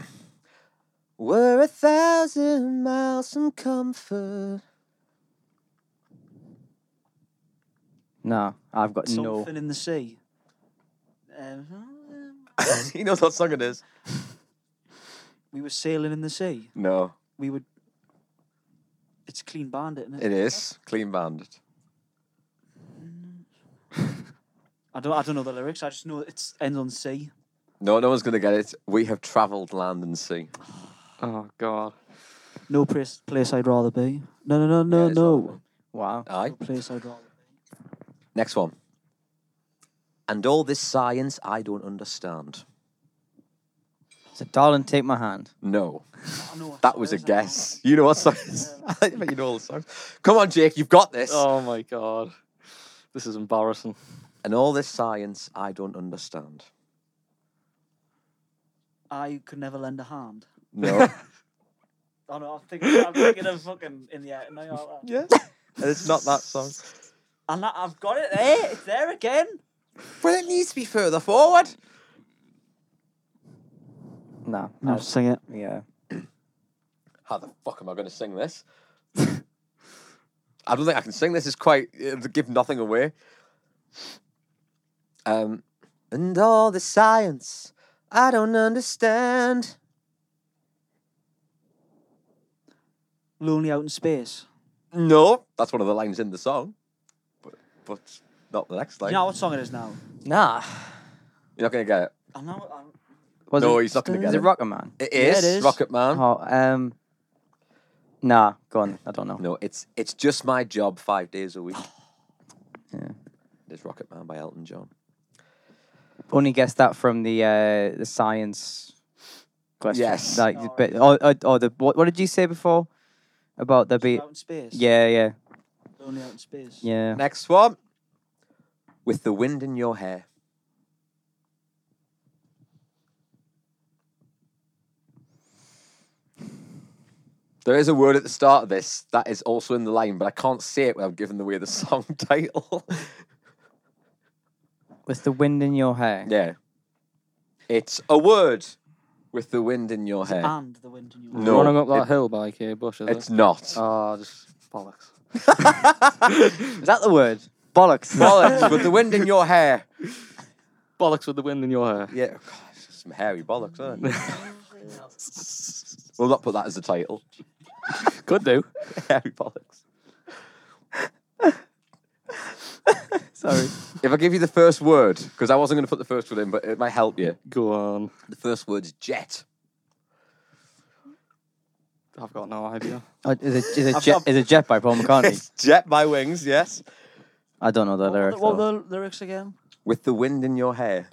Speaker 4: we're a thousand miles from comfort.
Speaker 1: no, I've got no.
Speaker 3: Something in the sea. Um,
Speaker 4: he knows what song it is.
Speaker 3: we were sailing in the sea.
Speaker 4: No,
Speaker 3: We would. It's Clean Bandit, isn't it?
Speaker 4: it is. Clean Bandit.
Speaker 3: I don't. I don't know the lyrics. I just know it ends on C.
Speaker 4: No, no one's gonna get it. We have travelled land and sea.
Speaker 2: Oh God.
Speaker 3: No place, place I'd rather be. No, no, no, no,
Speaker 4: Yeah, it's all
Speaker 3: no.
Speaker 4: right.
Speaker 1: Wow.
Speaker 4: Aye.
Speaker 3: No place I'd rather. be.
Speaker 4: Next one. And all this science I don't understand.
Speaker 1: So, darling, take my hand.
Speaker 4: No,
Speaker 3: I know what
Speaker 4: that
Speaker 3: song
Speaker 4: was
Speaker 3: it
Speaker 4: a
Speaker 3: is, I know.
Speaker 4: guess. You know what songs? I think you know all the songs. Come on, Jake, you've got this.
Speaker 2: Oh my God. This is embarrassing.
Speaker 4: And all this science I don't understand.
Speaker 3: I could never lend a hand.
Speaker 4: No,
Speaker 3: Oh no, I'm thinking, I'm thinking of fucking in the air. No, you're right.
Speaker 4: yeah, it's not that song.
Speaker 3: And that, I've got it there. It's there again.
Speaker 4: Well, it needs to be further forward.
Speaker 1: Nah.
Speaker 3: No,
Speaker 1: that's-
Speaker 3: sing it.
Speaker 1: yeah.
Speaker 4: How the fuck am I going to sing this? I don't think I can sing this. It's quite it'll give nothing away. Um, and all the science I don't understand.
Speaker 3: Lonely out in space.
Speaker 4: No, that's one of the lines in the song, but but not the next
Speaker 3: Do
Speaker 4: line.
Speaker 3: you know what song it is now?
Speaker 1: Nah.
Speaker 4: You're not going to get it.
Speaker 3: I know. I'm,
Speaker 1: Was
Speaker 4: No,
Speaker 1: it-
Speaker 4: he's not gonna get
Speaker 1: Is
Speaker 4: it.
Speaker 1: it Rocket Man?
Speaker 4: It
Speaker 3: Yeah, it
Speaker 4: is,
Speaker 3: is.
Speaker 4: Rocket Man.
Speaker 1: Oh, um, nah, go on. I don't know.
Speaker 4: No, it's it's just my job five days a week.
Speaker 1: Yeah.
Speaker 4: It's Rocket Man by Elton John.
Speaker 1: Only guessed that from the uh, the science question.
Speaker 4: Yes.
Speaker 1: Like,
Speaker 3: Oh,
Speaker 1: but, or, or, or the what, what did you say before about the beat?
Speaker 3: out in space.
Speaker 1: Yeah, yeah,
Speaker 3: Lonely out in space.
Speaker 1: yeah.
Speaker 4: Next one. With the wind in your hair. There is a word at the start of this that is also in the line, but I can't say it without giving away the song title.
Speaker 1: With the wind in your hair.
Speaker 4: yeah. It's a word with the wind in your hair.
Speaker 3: And the wind in your
Speaker 4: No,
Speaker 2: Running up that
Speaker 4: it-
Speaker 2: hill by Kate Bush, is
Speaker 4: It's
Speaker 2: it?
Speaker 4: not.
Speaker 2: Ah, just bollocks.
Speaker 1: Is that the word? Bollocks.
Speaker 4: bollocks with the wind in your hair.
Speaker 2: Bollocks with the wind in your hair.
Speaker 4: Yeah, God, it's some hairy bollocks, isn't it? we'll not put that as the title.
Speaker 2: Could do.
Speaker 4: Hairy bollocks.
Speaker 1: Sorry.
Speaker 4: If I give you the first word, because I wasn't going to put the first word in, but it might help you.
Speaker 2: Go on.
Speaker 4: The first word's jet.
Speaker 2: I've got no idea.
Speaker 1: Oh, is it is it
Speaker 3: I've
Speaker 1: jet,
Speaker 3: got-
Speaker 1: is it jet by Paul McCartney?
Speaker 4: jet by wings, yes.
Speaker 1: I don't know the
Speaker 3: What were the-
Speaker 1: lyric.
Speaker 3: What
Speaker 1: though.
Speaker 3: were the lyrics again?
Speaker 4: With the wind in your hair.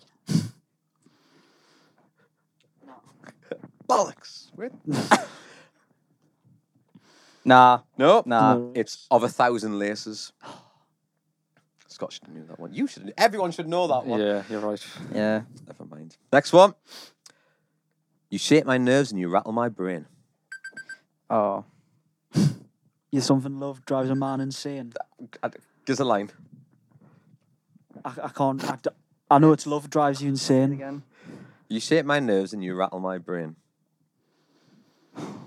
Speaker 4: Bollocks. With-
Speaker 1: Nah,
Speaker 4: No,
Speaker 1: nah.
Speaker 3: No.
Speaker 4: It's of a thousand laces. Scott should have knew that one. You should. Everyone should know that one.
Speaker 2: yeah, you're right.
Speaker 1: Yeah.
Speaker 4: Never mind. Next one. You shape my nerves and you rattle my brain.
Speaker 1: Oh.
Speaker 3: You're something love drives a man insane.
Speaker 4: Gives a line.
Speaker 3: I, I can't. I, d- I know it's love drives you insane. Again.
Speaker 4: You shape my nerves and you rattle my brain.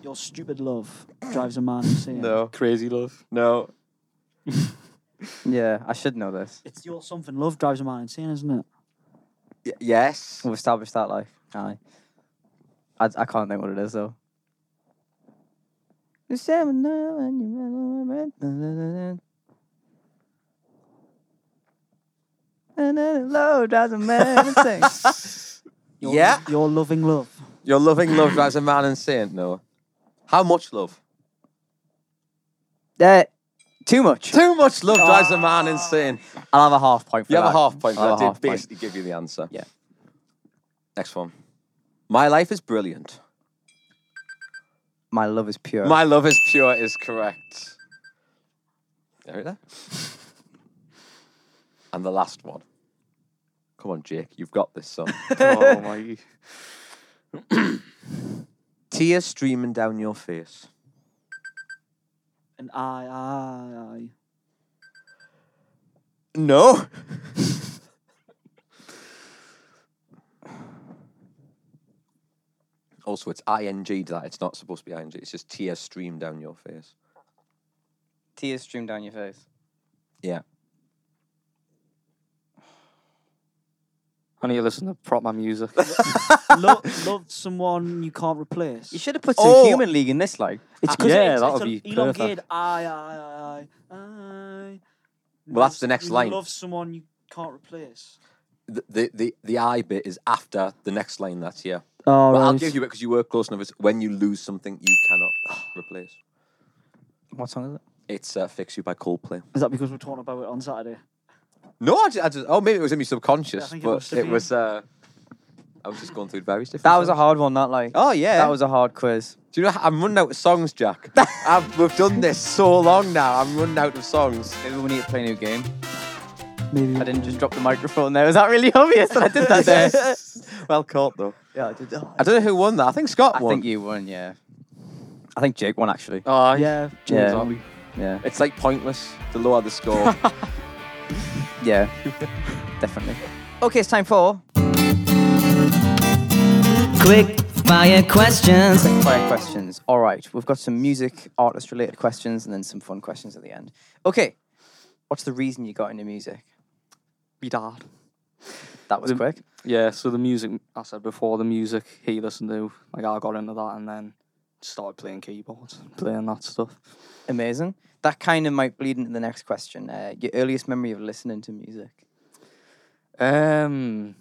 Speaker 3: Your stupid love drives a man insane.
Speaker 2: Crazy love.
Speaker 4: no.
Speaker 1: Yeah. I should know this.
Speaker 3: It's your something love drives a man insane, isn't it?
Speaker 4: Y- yes.
Speaker 1: We've established that life. Aye. I, I can't think what it is though. You said my name and you read all my breath, da, da, da, da. And then it low drives a man insane.
Speaker 3: Your,
Speaker 4: Yeah.
Speaker 3: Your loving love.
Speaker 4: Your loving love drives a man insane. No. How much love?
Speaker 1: Uh, too much.
Speaker 4: Too much love drives a man insane.
Speaker 1: I'll have a half point for
Speaker 4: You Ah. have
Speaker 1: that.
Speaker 4: a half point.
Speaker 1: I'll
Speaker 4: I
Speaker 1: have a
Speaker 4: did
Speaker 1: half point.
Speaker 4: basically give you the answer.
Speaker 1: Yeah.
Speaker 4: Next one. My life is brilliant.
Speaker 1: My love is pure.
Speaker 4: My love is pure is correct. There it is. And the last one. Come on, Jake. You've got this, son.
Speaker 2: Oh my.
Speaker 4: Tears streaming down your face.
Speaker 3: And I, I, I.
Speaker 4: No. also, it's ing that it's not supposed to be ing. It's just tears stream down your face.
Speaker 1: Tears stream down your face.
Speaker 4: Yeah.
Speaker 2: I need to listen to prop my music.
Speaker 3: Lo- love someone you can't replace.
Speaker 1: You should have put some
Speaker 4: Oh.
Speaker 1: human league in this, like.
Speaker 3: It's
Speaker 2: 'cause Yeah, that would
Speaker 3: an
Speaker 2: be
Speaker 3: elongated
Speaker 2: perfect.
Speaker 3: I, I, I, I.
Speaker 4: Well, that's the next
Speaker 3: You
Speaker 4: line.
Speaker 3: Love someone you can't replace.
Speaker 4: The, the, the, the I bit is after the next line that's here.
Speaker 3: Oh,
Speaker 4: But I'll give you it because you were close enough. It's when you lose something you cannot replace.
Speaker 1: What song is it?
Speaker 4: It's uh, Fix You by Coldplay.
Speaker 3: Is that because we're talking about it on Saturday?
Speaker 4: No, I just, I just- oh, maybe it was in my subconscious,
Speaker 3: I think it must
Speaker 4: but
Speaker 3: have
Speaker 4: it
Speaker 3: been.
Speaker 4: was, uh, I was just going through various different
Speaker 1: That was a
Speaker 4: songs.
Speaker 1: hard one. That like.
Speaker 4: Oh, yeah.
Speaker 1: That was a hard quiz.
Speaker 4: Do you know, I'm running out of songs, Jack. I've, we've done this so long now, I'm running out of songs.
Speaker 1: Maybe we need to play a new game.
Speaker 3: Maybe.
Speaker 1: I didn't just drop the microphone there. Was that really obvious that I did that there?
Speaker 4: well caught, though.
Speaker 1: yeah, I did.
Speaker 4: I don't know who won that. I think Scott
Speaker 1: I
Speaker 4: won.
Speaker 1: think you won. Yeah. I think Jake won actually.
Speaker 4: Oh,
Speaker 1: Yeah.
Speaker 3: Yeah. James Harvey.
Speaker 1: Yeah.
Speaker 4: It's like pointless. The lower the score.
Speaker 1: Yeah. Definitely. Okay, it's time for
Speaker 5: Quick fire questions.
Speaker 1: fire questions. All right, we've got some music artist related questions and then some fun questions at the end. Okay. What's the reason you got into music?
Speaker 2: Be dad.
Speaker 1: That was
Speaker 2: The-
Speaker 1: quick.
Speaker 2: Yeah, so the music I said before, the music he listened to, like I got into that and then started playing keyboards, playing that stuff.
Speaker 1: Amazing. That kind of might bleed into the next question. Uh, your earliest memory of listening to music.
Speaker 2: Um,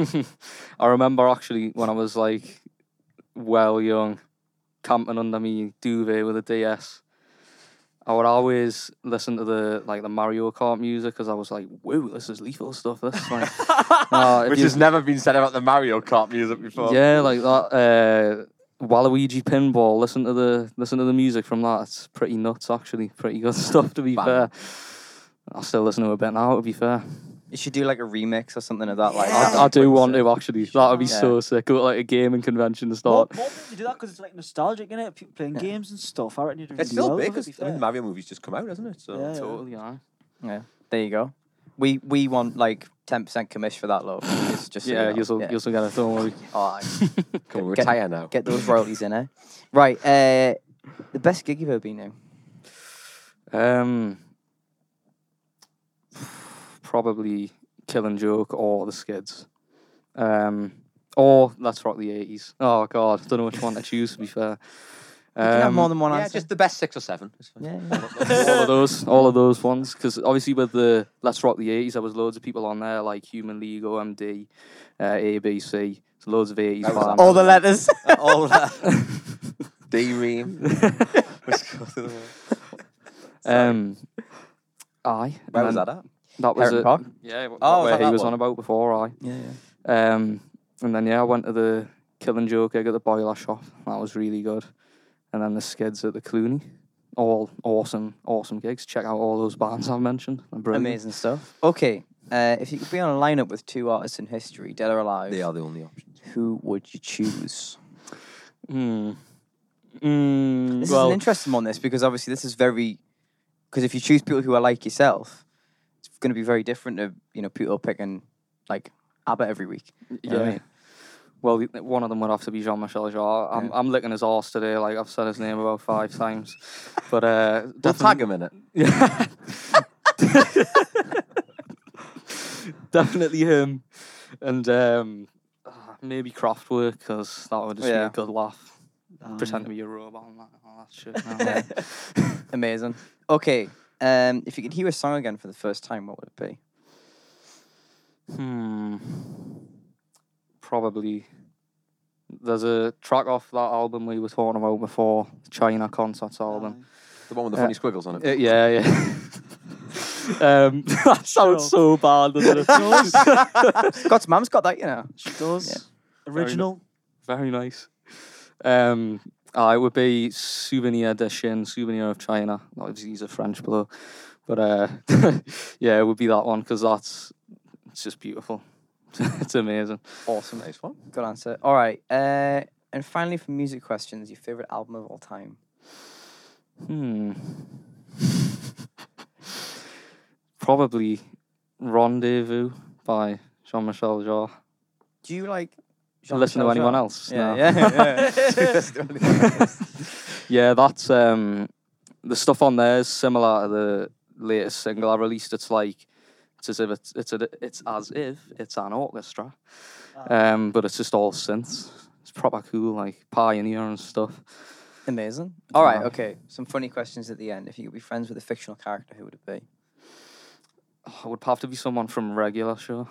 Speaker 2: I remember actually when I was like well young, camping under me duvet with a DS. I would always listen to the like the Mario Kart music because I was like, "Whoa, this is lethal stuff." This is like, No, if
Speaker 4: Which
Speaker 2: you-
Speaker 4: has never been said about the Mario Kart music before.
Speaker 2: yeah, like that uh, Waluigi pinball. Listen to the listen to the music from that. It's pretty nuts, actually. Pretty good stuff, to be
Speaker 4: Bang.
Speaker 2: fair. I still listen to a bit now, to be fair.
Speaker 1: You should do like a remix or something of that. Like
Speaker 2: I, I do want to actually. That would be
Speaker 1: Yeah.
Speaker 2: so sick. Go to like a gaming convention and
Speaker 3: More, more
Speaker 2: start.
Speaker 3: people do that because it's like nostalgic, innit? People playing games and stuff. I reckon you do
Speaker 4: It's
Speaker 3: really
Speaker 4: still
Speaker 3: well
Speaker 4: big
Speaker 3: with it,
Speaker 4: 'cause,
Speaker 3: to be
Speaker 4: I mean,
Speaker 3: fair.
Speaker 4: the Mario movie's just come out, hasn't it? So.
Speaker 3: Yeah, yeah.
Speaker 2: Totally, yeah.
Speaker 1: Yeah, there you go. We we want like ten percent commission for that, love. Just, just so you
Speaker 2: Yeah,
Speaker 1: know.
Speaker 2: you'll still,
Speaker 1: Yeah.
Speaker 2: you'll still get it. Don't worry.
Speaker 1: All right.
Speaker 4: Come on,
Speaker 1: Get-
Speaker 4: retire now.
Speaker 1: Get those royalties in, eh? Right. Uh, the best gig you've ever been to.
Speaker 2: Um, probably Killing Joke or The Skids. Um, or Let's Rock the Eighties. Oh God, don't know which one to choose. To be fair,
Speaker 1: You can have
Speaker 2: Um,
Speaker 1: more than one
Speaker 4: yeah,
Speaker 1: answer.
Speaker 4: just the best six or seven. It's fine.
Speaker 1: yeah, yeah.
Speaker 2: all of those, all of those ones. Because obviously with the Let's Rock the Eighties, there was loads of people on there like Human League, OMD, uh, ABC. So loads of eighties
Speaker 4: That was
Speaker 2: fans.
Speaker 1: All the letters.
Speaker 4: All uh, that. D-Ream.
Speaker 2: Um, aye. and
Speaker 4: Where was
Speaker 2: then
Speaker 4: that at?
Speaker 2: That was
Speaker 1: Heron
Speaker 2: it.
Speaker 1: Park.
Speaker 2: Yeah, wh-
Speaker 4: Oh, was
Speaker 2: where
Speaker 4: that
Speaker 2: he
Speaker 4: that
Speaker 2: was
Speaker 4: one?
Speaker 2: on about before. Aye.
Speaker 1: Yeah,
Speaker 2: Um, and then yeah, I went to the Killing Joke gig at the Boiler Shop. That was really good. And then the Skids at the Clooney. All awesome, awesome gigs. Check out all those bands I've mentioned. They're brilliant.
Speaker 1: Amazing stuff. Okay. Uh, if you could be on a lineup with two artists in history, dead or alive,
Speaker 4: They are the only options.
Speaker 1: who would you choose?
Speaker 2: Mm. Mm,
Speaker 1: This
Speaker 2: well,
Speaker 1: is an interesting one. This because obviously this is very because if you choose people who are like yourself, it's going to be very different to you know people picking like ABBA every week. You know what I
Speaker 2: yeah.
Speaker 1: mean?
Speaker 2: Well, the- one of them would have to be Jean Michel Jarre. I'm, I'm licking his arse today. Like I've said his name about five times, but uh,
Speaker 4: We'll
Speaker 2: definitely-
Speaker 4: tag him in it.
Speaker 2: Yeah. Definitely him. And um, ah, maybe Kraftwerk, because that would just
Speaker 1: Yeah.
Speaker 2: be a good laugh.
Speaker 3: Um,
Speaker 2: Pretend to be a robot and that, all that shit. No, yeah.
Speaker 1: Amazing. Okay. Um, if you could hear a song again for the first time, what would it be?
Speaker 2: hmm. Probably. There's a track off that album we were talking about before, the China Concerts album.
Speaker 4: The one with the
Speaker 2: Uh,
Speaker 4: funny squiggles on it.
Speaker 2: Uh, yeah, yeah. um, that sounds so bad, doesn't it?
Speaker 1: Scott's mum's got that, you know.
Speaker 3: She does. Original.
Speaker 2: Very nice. Um, I would be Souvenir de Chine, Souvenir of China. Obviously, he's a French blow, but uh, yeah, it would be that one because that's it's just beautiful. it's amazing.
Speaker 1: Awesome.
Speaker 4: Nice one.
Speaker 1: Good answer. All right. Uh, and finally, for music questions, your favorite album of all time?
Speaker 2: Hmm. Probably Rendezvous by Jean Michel Jarre.
Speaker 1: Do you like?
Speaker 2: Listen to
Speaker 1: Jean-Michel
Speaker 2: anyone
Speaker 1: Jarre?
Speaker 2: else?
Speaker 1: Yeah,
Speaker 2: No.
Speaker 1: yeah, yeah.
Speaker 2: Yeah, that's um the stuff on there is similar to the latest single I released. It's like it's as if it's it's, a, it's as if it's an orchestra, um, but it's just all synths. It's proper cool, like Pioneer and stuff.
Speaker 1: Amazing. All right.
Speaker 2: Wow.
Speaker 1: Okay. Some funny questions at the end. If you could be friends with a fictional character, who would it be?
Speaker 2: I would have to be someone from regular show,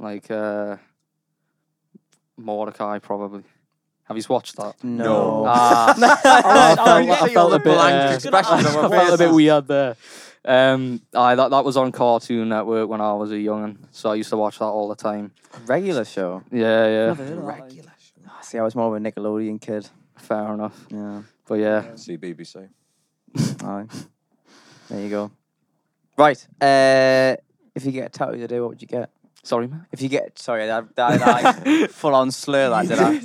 Speaker 2: like uh, Mordecai probably. Have you watched that?
Speaker 1: No.
Speaker 2: Uh, I felt,
Speaker 3: yeah,
Speaker 2: I
Speaker 3: you're
Speaker 2: felt a bit.
Speaker 3: blank
Speaker 2: uh,
Speaker 3: just gonna
Speaker 2: I
Speaker 3: ask.
Speaker 2: felt a bit weird there. Um, I that that was on Cartoon Network when I was a young'un, so I used to watch that all the time.
Speaker 1: Regular show.
Speaker 2: Yeah, yeah,
Speaker 3: Never heard of that, like.
Speaker 1: Ah, See, I was more of a Nickelodeon kid.
Speaker 2: fair enough.
Speaker 1: Yeah.
Speaker 2: But yeah,
Speaker 4: See BBC.
Speaker 1: Aye. There you go. Right. Uh, if you get a tattoo today, what would you get?
Speaker 2: sorry, man.
Speaker 1: If you get sorry, that, that, that full on slur that did I?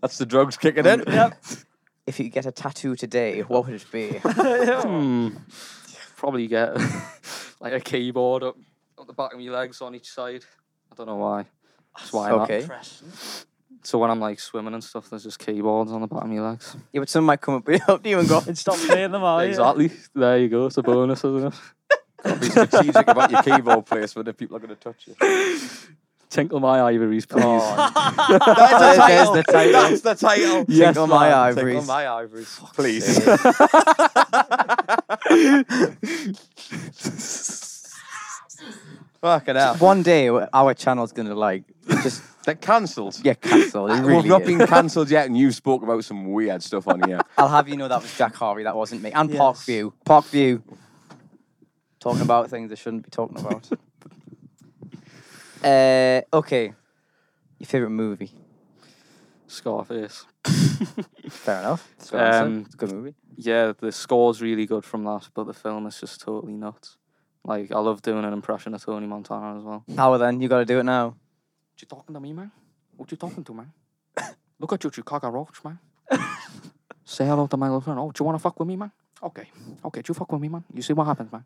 Speaker 4: That's the drugs kicking in.
Speaker 3: Yep.
Speaker 1: If you get a tattoo today, what would it be?
Speaker 2: Hmm. Probably get like a keyboard up, up the back of my legs on each side. I don't know why. That's why. not.
Speaker 1: okay.
Speaker 3: Interesting.
Speaker 2: So when I'm like swimming and stuff, there's just keyboards on the back of my legs.
Speaker 1: Yeah, but some might come up, up to you and go,
Speaker 3: And stop playing them,
Speaker 1: Oh,
Speaker 3: are you?
Speaker 2: Exactly. There you go. It's a bonus, isn't it?
Speaker 4: Be strategic about your keyboard placement if people are going to touch you.
Speaker 2: Tinkle my ivories, please.
Speaker 4: That's
Speaker 1: There's the title.
Speaker 4: That's the title.
Speaker 2: Yes,
Speaker 1: Tickle my
Speaker 2: man.
Speaker 1: ivories.
Speaker 4: Tickle my ivories. Please.
Speaker 1: Fucking hell. One day our channel's gonna like just
Speaker 4: They're cancelled.
Speaker 1: get cancelled. It
Speaker 4: We've
Speaker 1: really
Speaker 4: not
Speaker 1: is.
Speaker 4: been cancelled yet, and you spoke about some weird stuff on here.
Speaker 1: I'll have you know that was Jack Harvey. That wasn't me. And
Speaker 3: Yes.
Speaker 1: Parkview. Parkview. Talking about things they shouldn't be talking about. uh, okay. Your favorite movie?
Speaker 2: Scarface. Um,
Speaker 1: Fair enough. That's
Speaker 2: what I said.
Speaker 4: Um,
Speaker 1: it's a good movie.
Speaker 2: Yeah, the score's really good from that, but the film is just totally nuts. Like, I love doing an impression of Tony Montana as well. What
Speaker 1: Now Oh, then, you got to do it now.
Speaker 2: you talking to me, man? What you talking to, man? Look at you, you cockroach, man. Say hello to my little friend. Oh, do you want to fuck with me, man? Okay. Okay, do you fuck with me, man? You see what happens, man.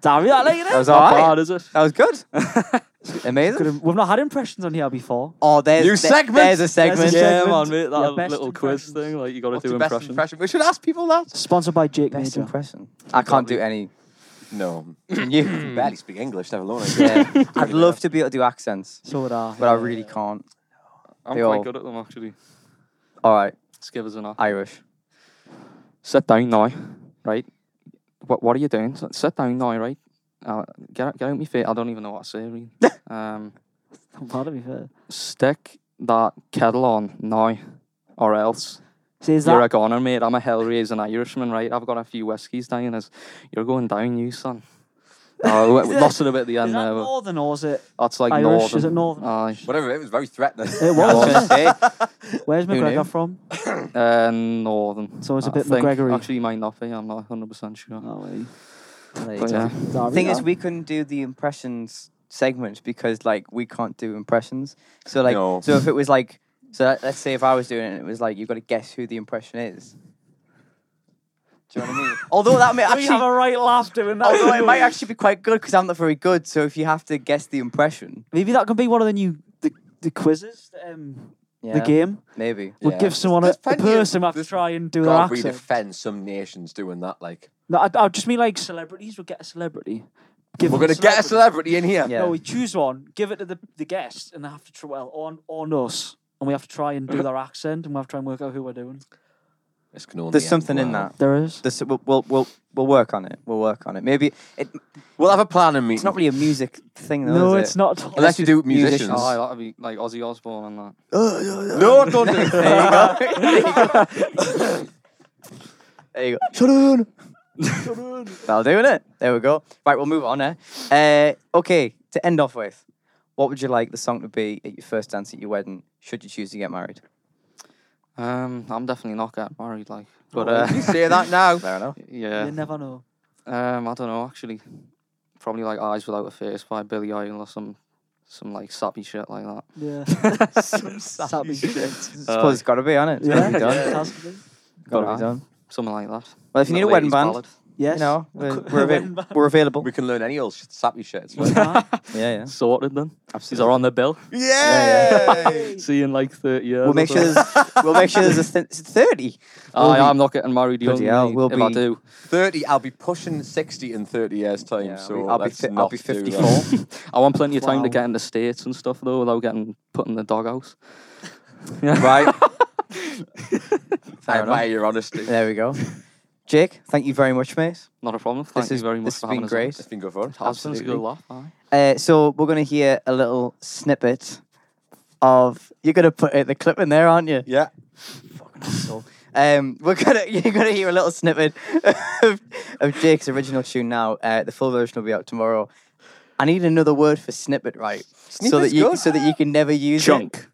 Speaker 3: Damn, yeah, like, you
Speaker 1: That
Speaker 3: know.
Speaker 1: was all
Speaker 2: Not
Speaker 1: right.
Speaker 2: bad, is it?
Speaker 1: That was good. Amazing.
Speaker 3: We've not had impressions on here before.
Speaker 1: Oh, there's
Speaker 4: New
Speaker 1: there-
Speaker 4: segment.
Speaker 1: There's a
Speaker 3: There's a
Speaker 1: segment.
Speaker 2: Yeah,
Speaker 3: segment.
Speaker 2: man, mate,
Speaker 3: Your
Speaker 2: that
Speaker 3: best
Speaker 2: little quiz
Speaker 3: impressions.
Speaker 2: thing. Like, you got to
Speaker 4: What's
Speaker 2: do
Speaker 4: your best
Speaker 2: impressions.
Speaker 4: impression? We should ask people that.
Speaker 3: Sponsored by Jake
Speaker 1: Best
Speaker 3: Major.
Speaker 1: impression. I can't do any.
Speaker 4: No.
Speaker 1: Can you?
Speaker 4: I barely speak English, never alone.
Speaker 1: Yeah. I'd love to be able to do accents,
Speaker 3: So would I.
Speaker 1: but I really can't.
Speaker 2: I'm
Speaker 1: They
Speaker 2: quite
Speaker 1: all-
Speaker 2: good at them, actually.
Speaker 1: All right,
Speaker 2: Let's give us an op.
Speaker 1: Irish.
Speaker 2: Sit down now, right? What What are you doing? S- Sit down now, right? Uh, get out- get out my feet. I don't even know what I say. Really. um,
Speaker 3: I'm proud of you for it.
Speaker 2: stick that kettle on now, or else
Speaker 3: See, is
Speaker 2: you're
Speaker 3: that
Speaker 2: a goner, mate. I'm a hellraiser and Irishman, right? I've got a few whiskies down. As you're going down, you son. Oh, we- we lost it a bit at the
Speaker 3: is
Speaker 2: end
Speaker 3: that
Speaker 2: there. but
Speaker 3: northern or is it
Speaker 2: That's like
Speaker 3: Irish?
Speaker 2: northern.
Speaker 3: Is it northern?
Speaker 2: Aye.
Speaker 4: Whatever, it was very threatening. Oh,
Speaker 3: It
Speaker 1: I was
Speaker 3: was.
Speaker 1: gonna say,
Speaker 3: Where's
Speaker 1: Who knew?
Speaker 3: McGregor from?
Speaker 2: Uh, northern.
Speaker 3: So it's a
Speaker 2: I
Speaker 3: bit
Speaker 2: think.
Speaker 3: McGregory.
Speaker 2: Actually, might not be. I'm not 100 percent sure.
Speaker 3: Oh, well,
Speaker 1: There you
Speaker 2: But
Speaker 1: go.
Speaker 2: yeah.
Speaker 1: The thing is, we couldn't do the impressions segment because like we can't do impressions. So like,
Speaker 4: No.
Speaker 1: so if it was like, so let- let's say if I was doing it, and it was like you've got to guess who the impression is. Do you know what I mean? Although that may
Speaker 3: we have
Speaker 1: actually,
Speaker 3: a right laugh doing that.
Speaker 1: although it might actually be quite good because I'm not very good. So if you have to guess the impression,
Speaker 3: Maybe that can be one of the new the, the quizzes, the, um,
Speaker 1: yeah,
Speaker 3: the game.
Speaker 1: maybe.
Speaker 3: We'll
Speaker 4: Yeah.
Speaker 3: give someone a,
Speaker 4: There's
Speaker 3: a
Speaker 4: plenty of-
Speaker 3: person we have to
Speaker 4: there's-
Speaker 3: try and do their
Speaker 4: God, we
Speaker 3: accent.
Speaker 4: defend some nations doing that. Like
Speaker 3: no, I, I just mean like celebrities. We'll get a celebrity. Give
Speaker 4: we're
Speaker 3: them
Speaker 4: going to get a celebrity in here.
Speaker 1: Yeah.
Speaker 3: No, we choose one, give it to the, the guest, and they have to try well on on us, and we have to try and do their accent, and we have to try and work out who we're doing.
Speaker 4: This can only
Speaker 1: There's
Speaker 4: end
Speaker 1: something in
Speaker 4: well.
Speaker 1: that.
Speaker 3: There is.
Speaker 1: There's, we'll, we'll we'll we'll work on it. We'll work on it. Maybe it,
Speaker 4: We'll have a plan and meet.
Speaker 1: it's not really a music thing though.
Speaker 3: No,
Speaker 1: is
Speaker 3: it's
Speaker 1: it?
Speaker 3: not. at all.
Speaker 4: unless you do musicians.
Speaker 1: musicians. Oh,
Speaker 2: Aye, Oh, that'd be like Ozzy Osbourne and that.
Speaker 4: No, don't do it.
Speaker 1: There you go. That'll do it. There we go. Right, we'll move on. Eh? Uh, okay, to end off with, what would you like the song to be at your first dance at your wedding? Should you choose to get married?
Speaker 2: Um, I'm definitely not getting married, like. But
Speaker 4: you
Speaker 1: Oh,
Speaker 2: uh,
Speaker 4: say that now.
Speaker 1: Fair enough.
Speaker 3: You
Speaker 2: yeah.
Speaker 3: never know.
Speaker 2: Um, I don't know actually. Probably like Eyes Without a Face by Billy Idol or some, some like sappy shit like that.
Speaker 3: Yeah.
Speaker 1: I
Speaker 3: Sappy shit.
Speaker 1: suppose it's got to be on it. It's got to be done.
Speaker 3: It has to be.
Speaker 1: Got to
Speaker 2: Alright.
Speaker 1: be done.
Speaker 2: Something like that.
Speaker 1: Well, if you need a
Speaker 2: Little
Speaker 1: wedding
Speaker 2: ladies
Speaker 1: band,
Speaker 2: ballad.
Speaker 1: you
Speaker 3: Yes.
Speaker 1: know,
Speaker 3: A
Speaker 1: we're,
Speaker 3: cou-
Speaker 1: we're,
Speaker 3: wedding
Speaker 1: avail-
Speaker 3: band.
Speaker 1: we're available.
Speaker 4: We can learn any old sh- sappy shit. It's fine.
Speaker 3: Uh-huh.
Speaker 1: Yeah, yeah.
Speaker 2: sorted then. These are on the bill.
Speaker 1: Yeah,
Speaker 4: Yay!
Speaker 2: See you in like thirty years.
Speaker 1: We'll
Speaker 2: or
Speaker 1: make sure
Speaker 2: so.
Speaker 1: there's, we'll make sure there's a th- 30.
Speaker 2: Aye,
Speaker 1: we'll be-
Speaker 2: I'm not getting married young.
Speaker 1: Bloody hell,
Speaker 2: mate.
Speaker 1: we'll
Speaker 2: if I
Speaker 1: be-
Speaker 2: do,
Speaker 4: 30, I'll be pushing 60 in 30 years' time.
Speaker 1: Yeah,
Speaker 4: so
Speaker 1: I'll be
Speaker 4: let's
Speaker 1: fi- I'll
Speaker 4: not
Speaker 1: be
Speaker 4: do that.
Speaker 1: 54.
Speaker 2: I want plenty of time
Speaker 3: Wow.
Speaker 2: to get in the states and stuff though, without getting put in the doghouse.
Speaker 1: Right.
Speaker 4: I
Speaker 1: enough.
Speaker 4: admire your honesty.
Speaker 1: There we go. Jake, thank you very much, mate.
Speaker 2: Not a problem. Thank you
Speaker 1: is-
Speaker 2: very much
Speaker 1: this has
Speaker 2: for
Speaker 1: been
Speaker 2: having us. on.
Speaker 1: great.
Speaker 4: It's been good fun.
Speaker 2: It has been a good laugh. aye.
Speaker 1: Uh, so we're gonna hear a little snippet of you're gonna put uh, the clip in there, aren't you?
Speaker 4: Yeah.
Speaker 1: So, um, we're gonna you're gonna hear a little snippet of, of Jake's original tune now. Uh, the full version will be out tomorrow. I need another word for snippet, right? so that
Speaker 4: Snippet's
Speaker 1: you
Speaker 4: good.
Speaker 1: so that you can never use it.
Speaker 2: Chunk.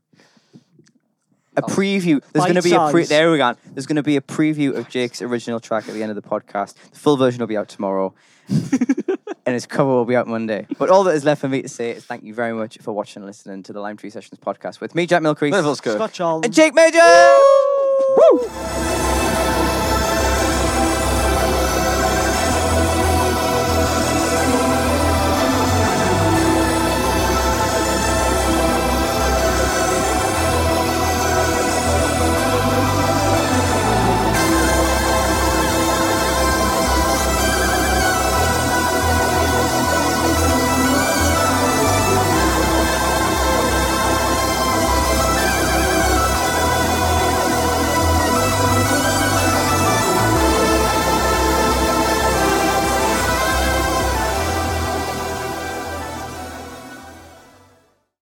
Speaker 1: A preview. There's gonna be a pre-
Speaker 3: Bite-sized.
Speaker 1: there we go. There's gonna be a preview of Jake's original track at the end of the podcast. The full version will be out tomorrow. and his cover will be out Monday. But all that is left for me to say is thank you very much for watching and listening to the Lime Tree Sessions podcast with me, Jack Milcrease,
Speaker 4: Neville's good.
Speaker 3: Scott Charles.
Speaker 1: and Jake Major. Woo!